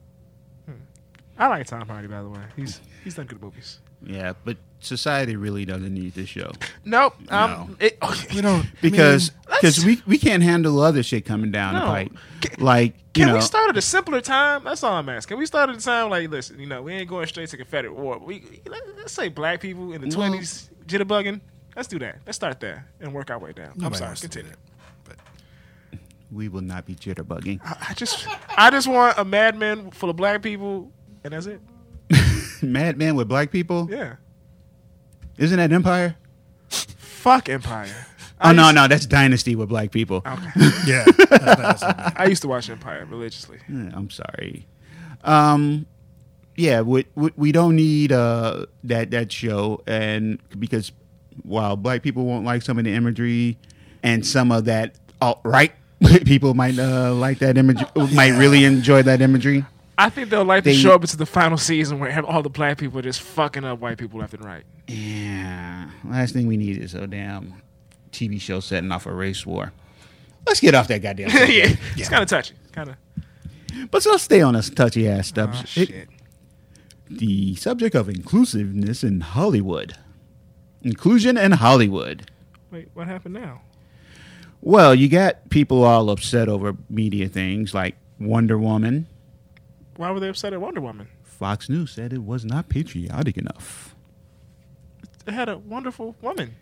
Speaker 2: I like Tom Hardy, by the way. He's he's done good movies.
Speaker 3: yeah, but society really doesn't need this show.
Speaker 2: Nope. Um, It,
Speaker 1: We don't I
Speaker 3: because
Speaker 1: mean,
Speaker 3: because we, we can't handle other shit coming down the
Speaker 2: No.
Speaker 3: pipe.
Speaker 2: Ca-
Speaker 3: Like you
Speaker 2: can
Speaker 3: know,
Speaker 2: we start at a simpler time? That's all I'm asking. Can we start at a time like, listen, you know, we ain't going straight to Confederate War. We let, us say black people in the
Speaker 3: Well-
Speaker 2: twenties jitterbugging. Let's do that. Let's start there and work our way down. I'm
Speaker 1: nobody
Speaker 2: sorry.
Speaker 1: wants to do
Speaker 2: Continue.
Speaker 1: that.
Speaker 3: we will not be jitterbugging.
Speaker 2: I just I just want a madman full of black people, and that's it.
Speaker 3: Madman with black people,
Speaker 2: Yeah.
Speaker 3: isn't that Empire?
Speaker 2: Fuck Empire.
Speaker 3: Oh
Speaker 2: I
Speaker 3: no,
Speaker 2: used-
Speaker 3: no, that's Dynasty with black people.
Speaker 2: Okay.
Speaker 1: But yeah, that's- that's-
Speaker 2: I used to watch Empire religiously.
Speaker 3: Eh, I'm sorry. Um, yeah, we, we, we don't need uh, that that show, and because while black people won't like some of the imagery, and some of that alt right people might uh, like that image, might really enjoy that imagery.
Speaker 2: I think they'll like to
Speaker 3: They-
Speaker 2: show up into the final season where all the black people are just fucking up white people left and right.
Speaker 3: Yeah. Last thing we need is a damn TV show setting off a race war. Let's get off that goddamn.
Speaker 2: yeah.
Speaker 3: subject.
Speaker 2: It's kind of touchy. Kind of.
Speaker 3: But let's stay on this touchy ass stuff.
Speaker 2: Oh,
Speaker 3: It-
Speaker 2: shit.
Speaker 3: the subject of inclusiveness in Hollywood. Inclusion in Hollywood.
Speaker 2: Wait, what happened now?
Speaker 3: Well, you got people all upset over media things like Wonder Woman.
Speaker 2: Why were they upset at Wonder Woman?
Speaker 3: Fox News said it was not patriotic enough.
Speaker 2: They had a wonderful woman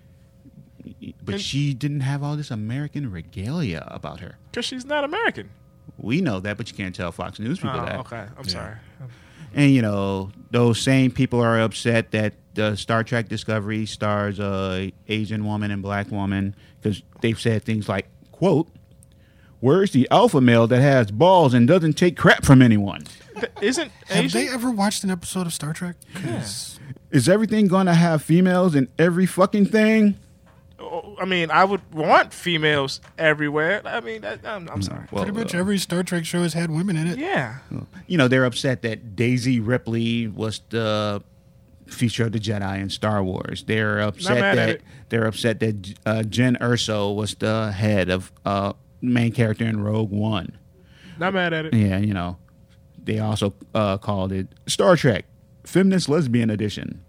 Speaker 3: But
Speaker 2: And-
Speaker 3: she didn't have all this American regalia about her.
Speaker 2: because she's not American.
Speaker 3: We know that, but you can't tell Fox News people
Speaker 2: Oh,
Speaker 3: that.
Speaker 2: okay. I'm sorry.
Speaker 3: And you know, those same people are upset that uh, Star Trek Discovery stars a Asian woman and black woman because they've said things like, "quote Where's the alpha male that has balls and doesn't take crap from anyone?
Speaker 2: Th- Isn't
Speaker 1: Have
Speaker 2: Asian?
Speaker 1: they ever watched an episode of Star Trek? 'Cause
Speaker 3: Is everything gonna have females in every fucking thing?"
Speaker 2: Oh, I mean, I would want females everywhere. I mean, I, I'm, I'm sorry.
Speaker 3: Well,
Speaker 1: Pretty much
Speaker 3: uh,
Speaker 1: every Star Trek show has had women in it.
Speaker 2: Yeah.
Speaker 3: you know, they're upset that Daisy Ripley was the feature of the Jedi in Star Wars. They're upset
Speaker 2: mad at
Speaker 3: that
Speaker 2: it.
Speaker 3: they're upset that uh, Jen Urso was the head of uh, main character in Rogue One.
Speaker 2: Not mad at it.
Speaker 3: Yeah, you know, they also uh, called it Star Trek Feminist Lesbian Edition.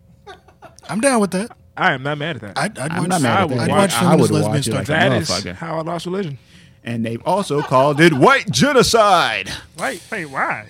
Speaker 1: I'm down with that.
Speaker 2: I am not mad at that.
Speaker 1: I'd, I'd
Speaker 3: I'm
Speaker 1: watch,
Speaker 3: not mad at
Speaker 1: I'd
Speaker 3: that.
Speaker 1: watch
Speaker 3: I would
Speaker 1: feminist lesbian
Speaker 3: watch it
Speaker 1: Star
Speaker 3: like
Speaker 1: Trek.
Speaker 2: that is
Speaker 3: motherfucker.
Speaker 2: how I lost religion.
Speaker 3: And they've also called it white genocide.
Speaker 2: Wait, wait, why?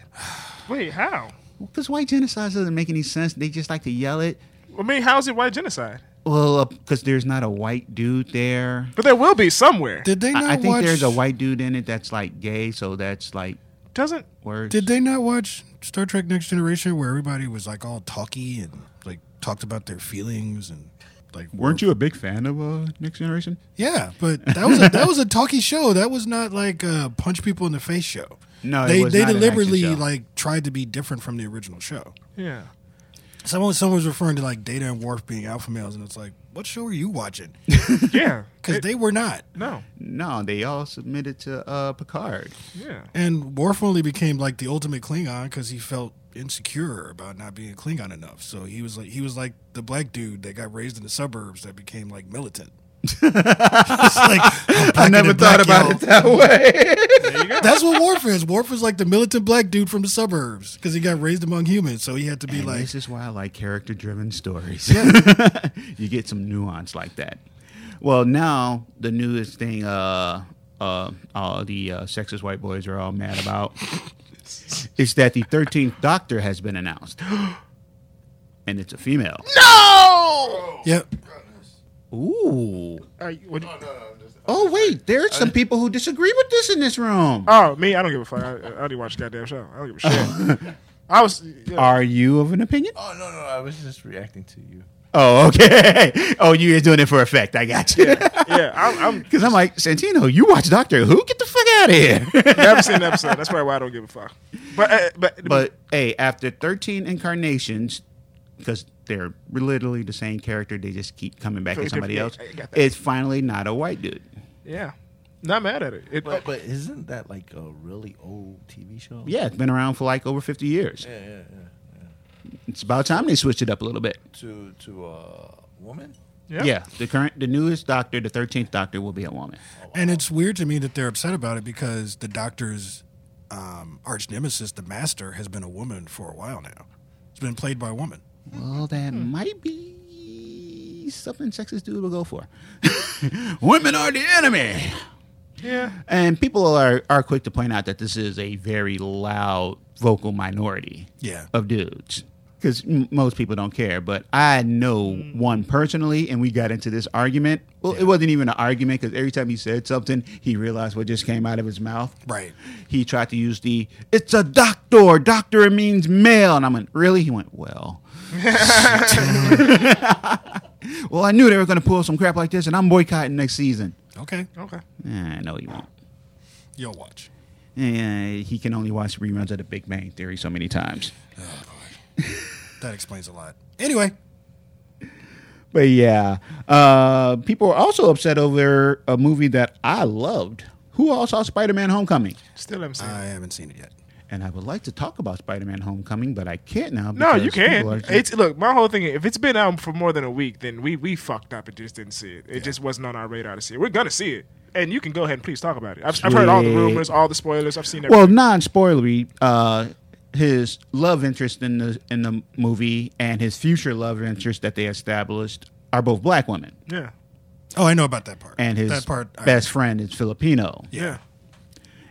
Speaker 2: Wait, how?
Speaker 3: Because white genocide doesn't make any sense. They just like to yell it.
Speaker 2: I mean, how's it white genocide?
Speaker 3: Well, because there's not a white dude there.
Speaker 2: But there will be somewhere.
Speaker 1: Did they not
Speaker 3: I, I think
Speaker 1: watch?
Speaker 3: there's a white dude in it that's like gay, so that's like
Speaker 2: Doesn't
Speaker 3: worse.
Speaker 1: Did they not watch Star Trek Next Generation where everybody was like all talky and like talked about their feelings and like
Speaker 3: Weren't you a big fan of uh, Next Generation?
Speaker 1: Yeah, but that was a, that was a talky show. That was not like a punch people in the face show.
Speaker 3: No, it
Speaker 1: they
Speaker 3: was
Speaker 1: they
Speaker 3: not an action
Speaker 1: deliberately
Speaker 3: show.
Speaker 1: like tried to be different from the original show.
Speaker 2: yeah?
Speaker 1: Someone someone was referring to like Data and Worf being alpha males, and it's like, what show are you watching?
Speaker 2: Yeah.
Speaker 1: Because they were not.
Speaker 2: No.
Speaker 3: No, they all submitted to uh, Picard.
Speaker 2: Yeah.
Speaker 1: And Worf only became like the ultimate Klingon because he felt insecure about not being Klingon enough. So he was like he was like the black dude that got raised in the suburbs that became like militant. It's like, I'm blacker than black, y'all.
Speaker 3: that way.
Speaker 1: That's what Worf is. Worf is like the militant black dude from the suburbs because he got raised among humans, so he had to be
Speaker 3: And
Speaker 1: like,
Speaker 3: this is why I like character-driven stories. you get some nuance like that. Well, now the newest thing, uh, uh, all the uh, sexist white boys are all mad about, is that the Thirteenth Doctor has been announced, and it's a female.
Speaker 1: "Yep,
Speaker 3: Ooh.
Speaker 2: Are you- what do you-
Speaker 3: Oh wait, there's some people who disagree with this in this room.
Speaker 2: oh, me? I don't give a fuck. I, I already watched the goddamn show. I don't give a shit. I was. yeah.
Speaker 3: Are you of an opinion?
Speaker 4: Oh no, no, I was just reacting to you.
Speaker 3: Oh, okay. Oh, you're doing it for effect. I got you.
Speaker 2: yeah, I'm, I'm
Speaker 3: Because I'm like Santino, you watch Doctor Who? Get the fuck out of here.
Speaker 2: never seen an episode. That's probably why I don't give a fuck. But uh, but
Speaker 3: but hey, after 13 incarnations, because they're literally the same character, they just keep coming back as somebody else.
Speaker 2: I got that.
Speaker 3: It's finally not a white dude.
Speaker 2: yeah, not mad at it. it
Speaker 4: But but isn't that like a really old TV show?
Speaker 3: Yeah, it's been around for like over 50 years.
Speaker 4: yeah, yeah. yeah.
Speaker 3: It's about time they switched it up a little bit.
Speaker 4: To to a woman.
Speaker 2: yeah.
Speaker 3: Yeah, the current, the newest Doctor, the 13th Doctor, will be a woman.
Speaker 1: And it's weird to me that they're upset about it because the doctor's um, arch nemesis, the master, has been a woman for a while now. It's been played by a woman.
Speaker 3: Well, that might be something sexist dude will go for. Women are the enemy.
Speaker 2: Yeah.
Speaker 3: And people are, are quick to point out that this is a very loud vocal minority
Speaker 1: Yeah.
Speaker 3: of dudes. Because m- most people don't care. But I know one personally, and we got into this argument. Well, it wasn't even an argument because every time he said something, he realized what just came out of his mouth.
Speaker 1: Right.
Speaker 3: He tried to use the, it's a doctor. Doctor means male. And I went, really? He went, well. well, I knew they were going to pull some crap like this, and I'm boycotting next season.
Speaker 1: Okay,
Speaker 2: Okay.
Speaker 3: Eh, no, you won't.
Speaker 1: you'll watch.
Speaker 3: Yeah, he can only watch reruns of The Big Bang Theory so many times.
Speaker 1: Oh, That explains a lot. Anyway,
Speaker 3: But yeah, uh, people are also upset over a movie that I loved. Who all saw Spider Man Homecoming?
Speaker 2: Still haven't seen. it.
Speaker 1: I haven't seen it yet.
Speaker 3: And I would like to talk about Spider Man Homecoming, but I can't now.
Speaker 2: No,
Speaker 3: because
Speaker 2: you can.
Speaker 3: people are-
Speaker 2: It's look. My whole thing. If it's been out for more than a week, then we we fucked up and just didn't see it. It just wasn't on our radar to see it. We're gonna see it, and you can go ahead and please talk about it. I've, I've heard all the
Speaker 3: Sweet.
Speaker 2: rumors, all the spoilers. I've seen everything.
Speaker 3: well, non spoilery. Uh, his love interest in the in the movie and his future love interest that they established are both black women.
Speaker 2: yeah.
Speaker 1: Oh, I know about that part.
Speaker 3: and his
Speaker 1: that part, I-
Speaker 3: best friend is Filipino.
Speaker 2: Yeah.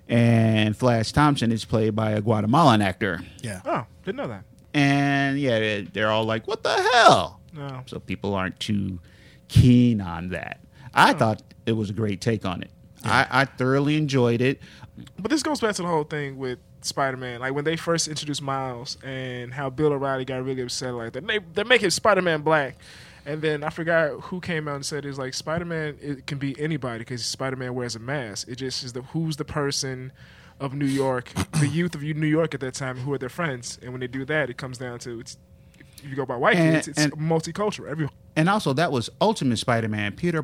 Speaker 3: And Flash Thompson is played by a Guatemalan actor.
Speaker 1: yeah.
Speaker 2: Oh, didn't know that.
Speaker 3: And yeah, they- they're all like, "What the hell?"
Speaker 2: No.
Speaker 3: So people aren't too keen on that. I thought it was a great take on it. I, I thoroughly enjoyed it.
Speaker 2: But this goes back to the whole thing with Spider-Man. Like when they first introduced Miles and how Bill O'Reilly got really upset. Like they make, they make him Spider-Man black. And then I forgot who came out and said it's like Spider-Man it can be anybody because Spider-Man wears a mask. It just is the who's the person of New York, the youth of New York at that time, who are their friends. And when they do that, it comes down to it's if you go by white
Speaker 3: And-
Speaker 2: kids, it's
Speaker 3: and-
Speaker 2: multicultural. Every
Speaker 3: And also, that was Ultimate Spider-Man. Peter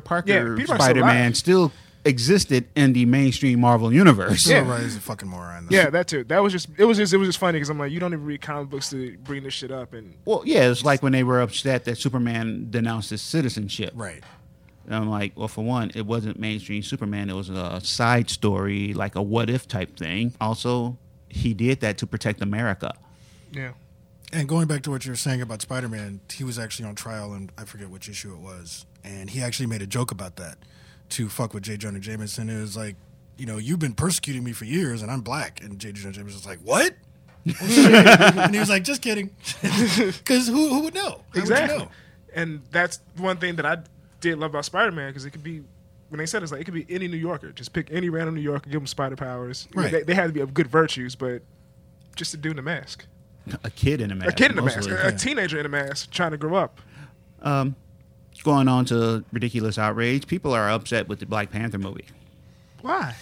Speaker 2: Peter
Speaker 3: Parker
Speaker 2: Parker's
Speaker 3: Spider-Man
Speaker 2: alive.
Speaker 3: still existed in the mainstream Marvel universe.
Speaker 1: Bill
Speaker 2: Yeah.
Speaker 1: O'Reilly's a fucking moron. though.
Speaker 2: yeah, that too. That was just it was just it was just funny because I'm like you don't even read comic books to bring this shit up and
Speaker 3: Well, yeah, it's like when they were upset that Superman denounced his citizenship.
Speaker 1: Right.
Speaker 3: And I'm like, well, for one, it wasn't mainstream Superman. It was a side story, like a what if type thing. Also, he did that to protect America.
Speaker 2: yeah.
Speaker 1: And going back to what you were saying about Spider Man, he was actually on trial, and I forget which issue it was. And he actually made a joke about that to fuck with J. Jonah Jameson. It was like, you know, you've been persecuting me for years, and I'm black. And J. Jonah Jameson's like, what? Oh, shit. and he was like, just kidding. Because who, who would know? How would you
Speaker 2: Exactly.
Speaker 1: know?
Speaker 2: And that's one thing that I did love about Spider Man because it could be when they said it's like it could be any New Yorker. Just pick any random New Yorker, give them spider powers.
Speaker 1: Right.
Speaker 2: They, they had to be of good virtues, but just a dude in a mask,
Speaker 3: A kid in a mask.
Speaker 2: a kid in a mask,
Speaker 3: mostly.
Speaker 2: a teenager in a mask trying to grow up.
Speaker 3: Going on to ridiculous outrage, people are upset with the Black Panther movie.
Speaker 2: Why?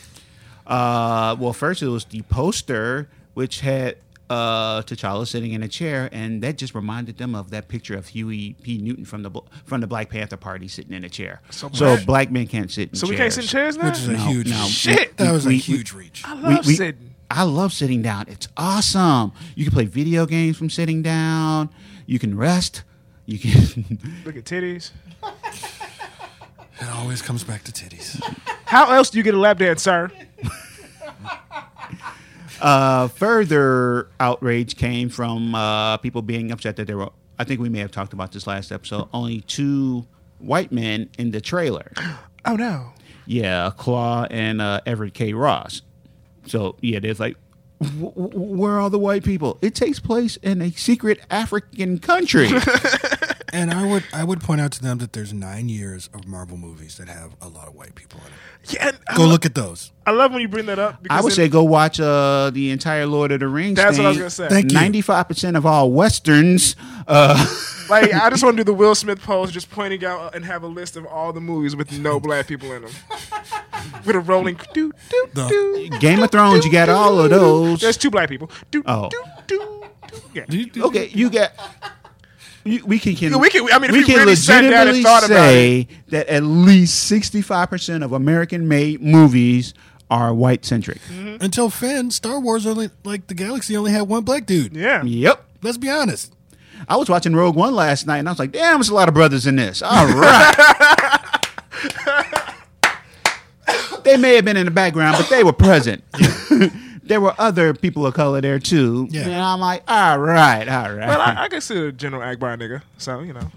Speaker 3: Uh, well, first it was the poster, which had uh, T'Challa sitting in a chair, and that just reminded them of that picture of Huey P. Newton from the from the Black Panther Party sitting in a chair. So,
Speaker 2: black-
Speaker 3: black men can't sit. In
Speaker 2: So we can't
Speaker 3: chairs.
Speaker 2: sit in chairs now.
Speaker 1: Which is a huge
Speaker 3: no.
Speaker 2: Shit.
Speaker 1: That was a
Speaker 3: We- we-
Speaker 1: huge reach.
Speaker 2: I
Speaker 3: We-
Speaker 2: love
Speaker 3: we-
Speaker 2: sitting.
Speaker 3: I love sitting down. It's awesome. You can play video games from sitting down. You can rest. You can.
Speaker 2: Look at titties.
Speaker 1: It always comes back to titties.
Speaker 2: How else do you get a lap dance, sir?
Speaker 3: uh, further outrage came from uh, people being upset that there were. I think we may have talked about this last episode. Only two white men in the trailer.
Speaker 2: Oh no.
Speaker 3: Yeah, Claw and uh, Everett K. Ross. So yeah, there's like, w- w- where are the white people? It takes place in a secret African country.
Speaker 1: and I would I would point out to them that there's nine years of Marvel movies that have a lot of white people in it.
Speaker 2: Yeah. and I,
Speaker 1: Go
Speaker 2: lo-
Speaker 1: look at those.
Speaker 2: I love when you bring that up. Because
Speaker 3: I would
Speaker 2: it-
Speaker 3: say go watch uh, the entire Lord of the Rings.
Speaker 2: That's what I was
Speaker 3: thing.
Speaker 2: gonna say.
Speaker 1: Thank you.
Speaker 3: Ninety-five percent of all westerns. Uh,
Speaker 2: Like, I just want to do the Will Smith pose, just pointing out uh, and have a list of all the movies with no black people in them. with a rolling doo doo
Speaker 1: The-
Speaker 2: doo.
Speaker 3: Game of Thrones, you got all of those.
Speaker 2: There's two black people. Doo
Speaker 3: Oh.
Speaker 2: doo doo. doo. Yeah.
Speaker 3: okay, you got. You, we can, can
Speaker 2: Yeah, we can- I mean, if we really sat down and thought about
Speaker 3: say that at least sixty-five percent of American-made movies are white-centric.
Speaker 2: Mm-hmm.
Speaker 1: Until Finn, Star Wars only like the galaxy only had one black dude.
Speaker 2: Yeah.
Speaker 3: Yep.
Speaker 1: Let's be honest.
Speaker 3: I was watching Rogue One last night, and I was like, "Damn, it's a lot of brothers in this." All right. they may have been in the background, but they were present. there were other people of color there too,
Speaker 1: Yeah.
Speaker 3: and I'm like, "All right, all right."
Speaker 2: But I, I consider General Akbar a nigga, so you know.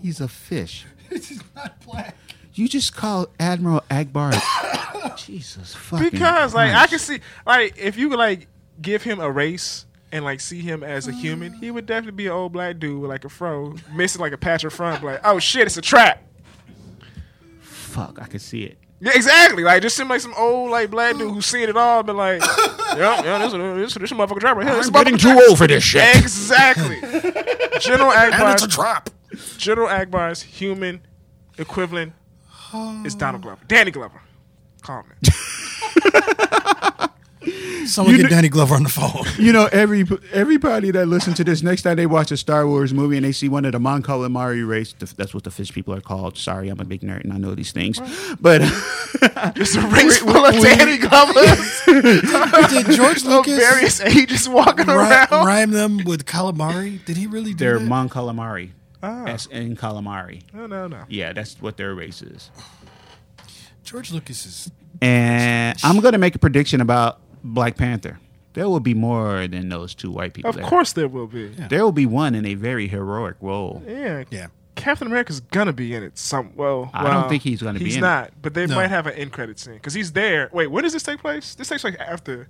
Speaker 3: He's a fish.
Speaker 4: This is not black.
Speaker 3: You just call Admiral Akbar. Jesus fucking.
Speaker 2: Because like I
Speaker 3: Christ.
Speaker 2: can see like if you could like give him a race and like see him as a human, he would definitely be an old black dude with like a fro, missing like a patch of front, like, oh shit, it's a trap.
Speaker 3: fuck, I could see it.
Speaker 2: Yeah, exactly. Like, just seem like some old like black dude who's seen it all, but like, yeah, yeah, this this this motherfucker trap right here. This
Speaker 3: I'm
Speaker 2: motherfucker
Speaker 3: getting
Speaker 2: trap.
Speaker 3: too old for this shit.
Speaker 2: Exactly. General
Speaker 1: And it's a
Speaker 2: Akbar's
Speaker 1: trap.
Speaker 2: General Akbar's human equivalent is Donald Glover, Danny Glover. Calm it.
Speaker 1: Someone get Danny Glover on the phone.
Speaker 3: You know, every everybody that listens to this, next time they watch a Star Wars movie and they see one of the Mon Calamari race, th- that's what the fish people are called. Sorry, I'm a big nerd and I know these things, but
Speaker 2: Just a ring full of Danny Glovers
Speaker 1: Did George
Speaker 2: of
Speaker 1: Lucas
Speaker 2: various ages walking
Speaker 1: ri-
Speaker 2: around.
Speaker 1: rhyme them with calamari? Did he really do
Speaker 3: they're
Speaker 1: that?
Speaker 3: Mon Calamari,
Speaker 2: Ah.
Speaker 3: as in calamari.
Speaker 2: No, no, no.
Speaker 3: Yeah, that's what their race is.
Speaker 1: George Lucas is
Speaker 3: And I'm gonna make a prediction about Black Panther. There will be more than those two white people.
Speaker 2: Of
Speaker 3: there.
Speaker 2: course there will be. Eh.
Speaker 3: there will be one in a very heroic role.
Speaker 2: Yeah.
Speaker 1: yeah.
Speaker 2: Captain America's gonna be in it. Some well,
Speaker 3: I don't
Speaker 2: well,
Speaker 3: think he's gonna be
Speaker 2: He's
Speaker 3: in it.
Speaker 2: not, but they
Speaker 1: No.
Speaker 2: might have an end credit scene because he's there. Wait, when does this take place? This takes place after.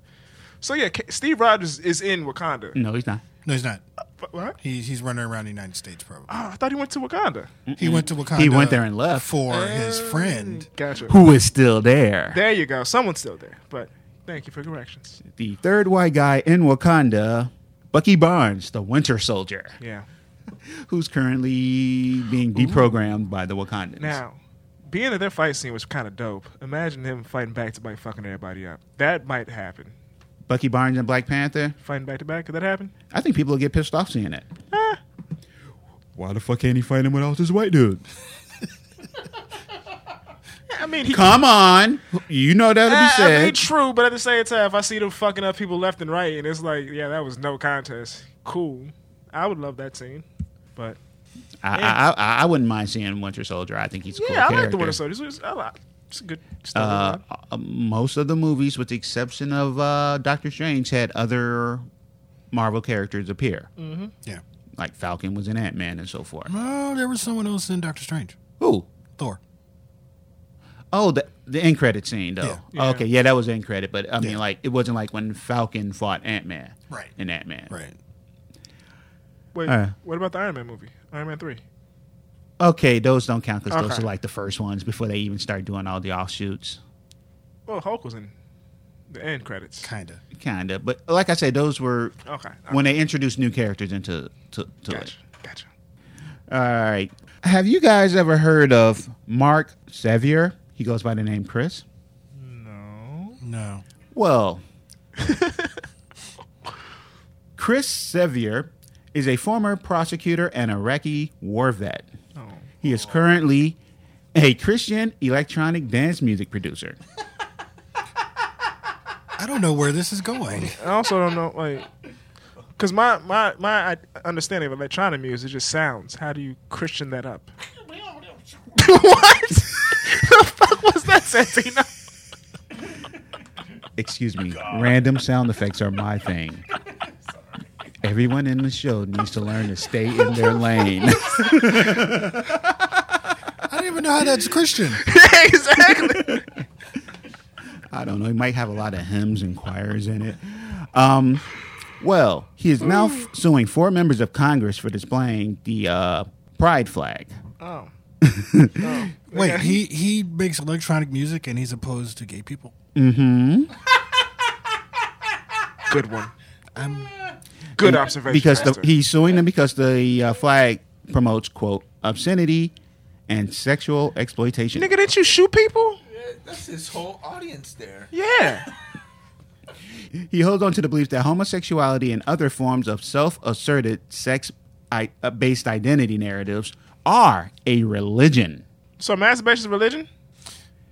Speaker 2: So yeah, Ca- Steve Rogers is in Wakanda.
Speaker 3: No, he's not.
Speaker 1: No, he's not.
Speaker 2: F- What?
Speaker 1: He, he's running around the United States probably.
Speaker 2: Oh, I thought he went to Wakanda.
Speaker 1: He went to Wakanda.
Speaker 3: He went there and left.
Speaker 1: for his friend.
Speaker 2: Gotcha.
Speaker 3: Who is still there?
Speaker 2: There you go. Someone's still there. But thank you for corrections.
Speaker 3: The third white guy in Wakanda, Bucky Barnes, the Winter Soldier,
Speaker 2: Yeah.
Speaker 3: who's currently being deprogrammed by the Wakandans.
Speaker 2: Now, being that their fight scene was kind of dope. Imagine him fighting back to back, fucking everybody up. That might happen.
Speaker 3: Bucky Barnes and Black Panther.
Speaker 2: Fighting back to back, could that happen?
Speaker 3: I think people will get pissed off seeing it. Why the fuck can't he fight him without this white dude?
Speaker 2: I mean, he
Speaker 3: Come on, you know that'll be
Speaker 2: Ah, I mean,
Speaker 3: said.
Speaker 2: true, but at the same time, if I see them fucking up people left and right, and it's like, yeah, that was no contest. Cool. I would love that scene. But
Speaker 3: I, I, I I wouldn't mind seeing Winter Soldier. I think he's a cool
Speaker 2: yeah, I
Speaker 3: character.
Speaker 2: like the Winter Soldier. It's, I like- it's a good story.
Speaker 3: Uh, uh, most of the movies, with the exception of uh, Doctor Strange, had other Marvel characters appear,
Speaker 1: Yeah.
Speaker 3: like Falcon was in Ant Man and so forth.
Speaker 1: Oh, there was someone else in Doctor Strange.
Speaker 3: Who?
Speaker 1: Thor.
Speaker 3: Oh, the the end credit scene though.
Speaker 1: Yeah.
Speaker 2: Yeah.
Speaker 3: Okay, yeah, that was end credit, but I mean,
Speaker 1: Yeah.
Speaker 3: like it wasn't like when Falcon fought Ant Man,
Speaker 1: Right.
Speaker 3: In Ant Man,
Speaker 1: Right.
Speaker 2: Wait,
Speaker 3: uh.
Speaker 2: what about the Iron Man movie? Iron Man 3.
Speaker 3: Okay, those don't count because those
Speaker 2: Okay.
Speaker 3: are like the first ones before they even start doing all the offshoots,
Speaker 2: Well, Hulk was in the end credits.
Speaker 1: Kinda.
Speaker 3: kind of. But like I said, those were
Speaker 2: Okay.
Speaker 3: when they introduced new characters into to, to it.
Speaker 2: Gotcha. Gotcha.
Speaker 3: All right. Have you guys ever heard of Mark Sevier? He goes by the name Chris.
Speaker 2: No.
Speaker 1: No.
Speaker 3: Well, Chris Sevier is a former prosecutor and Iraqi war vet. He is currently a Christian electronic dance music producer.
Speaker 1: I don't know where this is going.
Speaker 2: I also don't know, like, because my, my, my I- understanding of electronic music is just sounds. How do you Christian that up? what? the fuck was that, Santino?
Speaker 3: Excuse me. Random sound effects are my thing. Everyone in the show needs to learn to stay in their lane.
Speaker 1: I don't even know how that's Christian.
Speaker 2: exactly.
Speaker 3: I don't know. It might have a lot of hymns and choirs in it. Um, well, he is now f- suing four members of Congress for displaying the uh, pride flag.
Speaker 2: Oh.
Speaker 1: Wait, he he makes electronic music and he's opposed to gay people.
Speaker 2: Good one. Um, Good observation.
Speaker 3: Because the,
Speaker 2: Pastor.
Speaker 3: he's suing them because the uh, flag promotes quote obscenity and sexual exploitation.
Speaker 2: Nigga, didn't you shoot people?
Speaker 4: That's his whole audience there.
Speaker 2: Yeah.
Speaker 3: He holds on to the belief that homosexuality and other forms of self-asserted sex-based identity narratives are a religion.
Speaker 2: So masturbation is religion?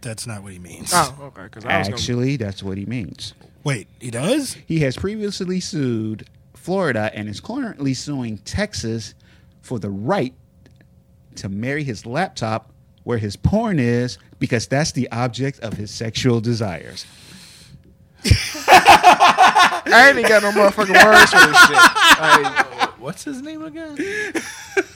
Speaker 1: That's not what he means.
Speaker 2: Oh, okay. Because I was gonna,
Speaker 3: Actually, that's what he means.
Speaker 1: Wait, he does?
Speaker 3: He has previously sued Florida and is currently suing Texas for the right to marry his laptop where his porn is because that's the object of his sexual desires.
Speaker 2: I ain't even got no motherfucking words for this shit. Like,
Speaker 4: What's his name again?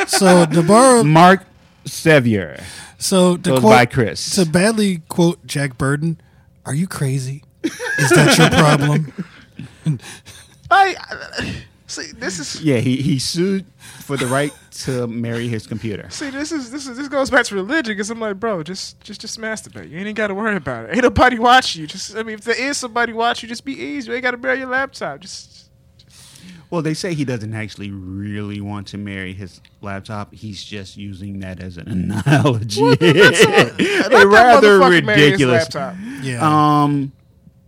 Speaker 1: So to borrow,
Speaker 3: Mark Sevier.
Speaker 1: so to
Speaker 3: Goes
Speaker 1: quote
Speaker 3: by Chris.
Speaker 1: to badly quote Jack Burden, "Are you crazy? Is that your problem?"
Speaker 2: I, I- see. This is
Speaker 3: Yeah, he, he sued for the right to marry his computer.
Speaker 2: see. This is this is this goes back to religion. Because I'm like, bro, just just just masturbate. You ain't got to worry about it. Ain't nobody watch you. Just I mean, if there is somebody watch you, just be easy. You ain't got to bury your laptop. Just
Speaker 3: Well, they say he doesn't actually really want to marry his laptop. He's just using that as an analogy.
Speaker 2: uh, let that
Speaker 3: rather
Speaker 2: motherfucker marry his
Speaker 3: ridiculous.
Speaker 2: laptop.
Speaker 1: Yeah,
Speaker 3: Um,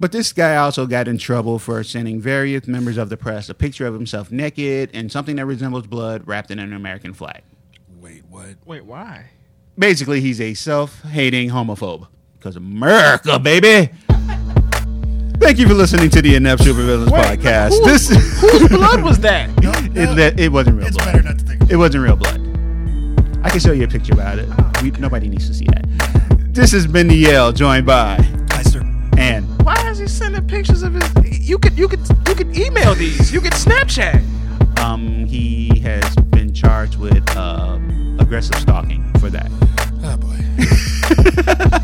Speaker 3: but this guy also got in trouble for sending various members of the press a picture of himself naked and something that resembles blood wrapped in an American flag.
Speaker 1: Wait, what?
Speaker 2: Wait, why?
Speaker 3: Basically, he's a self-hating homophobe because America, baby. Thank you for listening to the Inept Supervillains
Speaker 2: Wait,
Speaker 3: podcast.
Speaker 2: who-
Speaker 3: this
Speaker 2: Whose blood was that?
Speaker 3: it, le- it wasn't real
Speaker 1: It's
Speaker 3: blood.
Speaker 1: better not to think.
Speaker 3: It wasn't real blood. I can show you a picture about it. We, nobody needs to see that. This has been the Yale, joined by
Speaker 1: Hi, sir.
Speaker 3: and
Speaker 2: Why is he sending pictures of his? You could you could you could email these. You could Snapchat.
Speaker 3: Um, he has been charged with um, a aggressive stalking for that.
Speaker 1: Oh boy.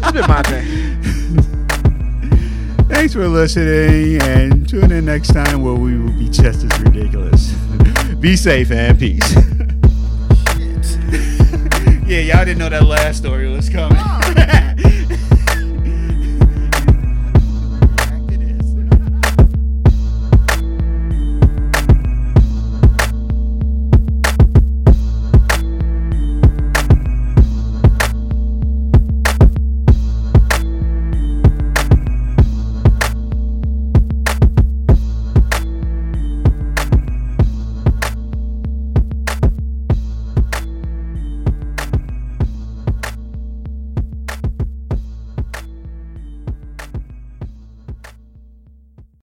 Speaker 2: It's been my day.
Speaker 3: Thanks for listening and tune in next time where we will be just as ridiculous. be safe and peace. yeah, y'all didn't know that last story was coming.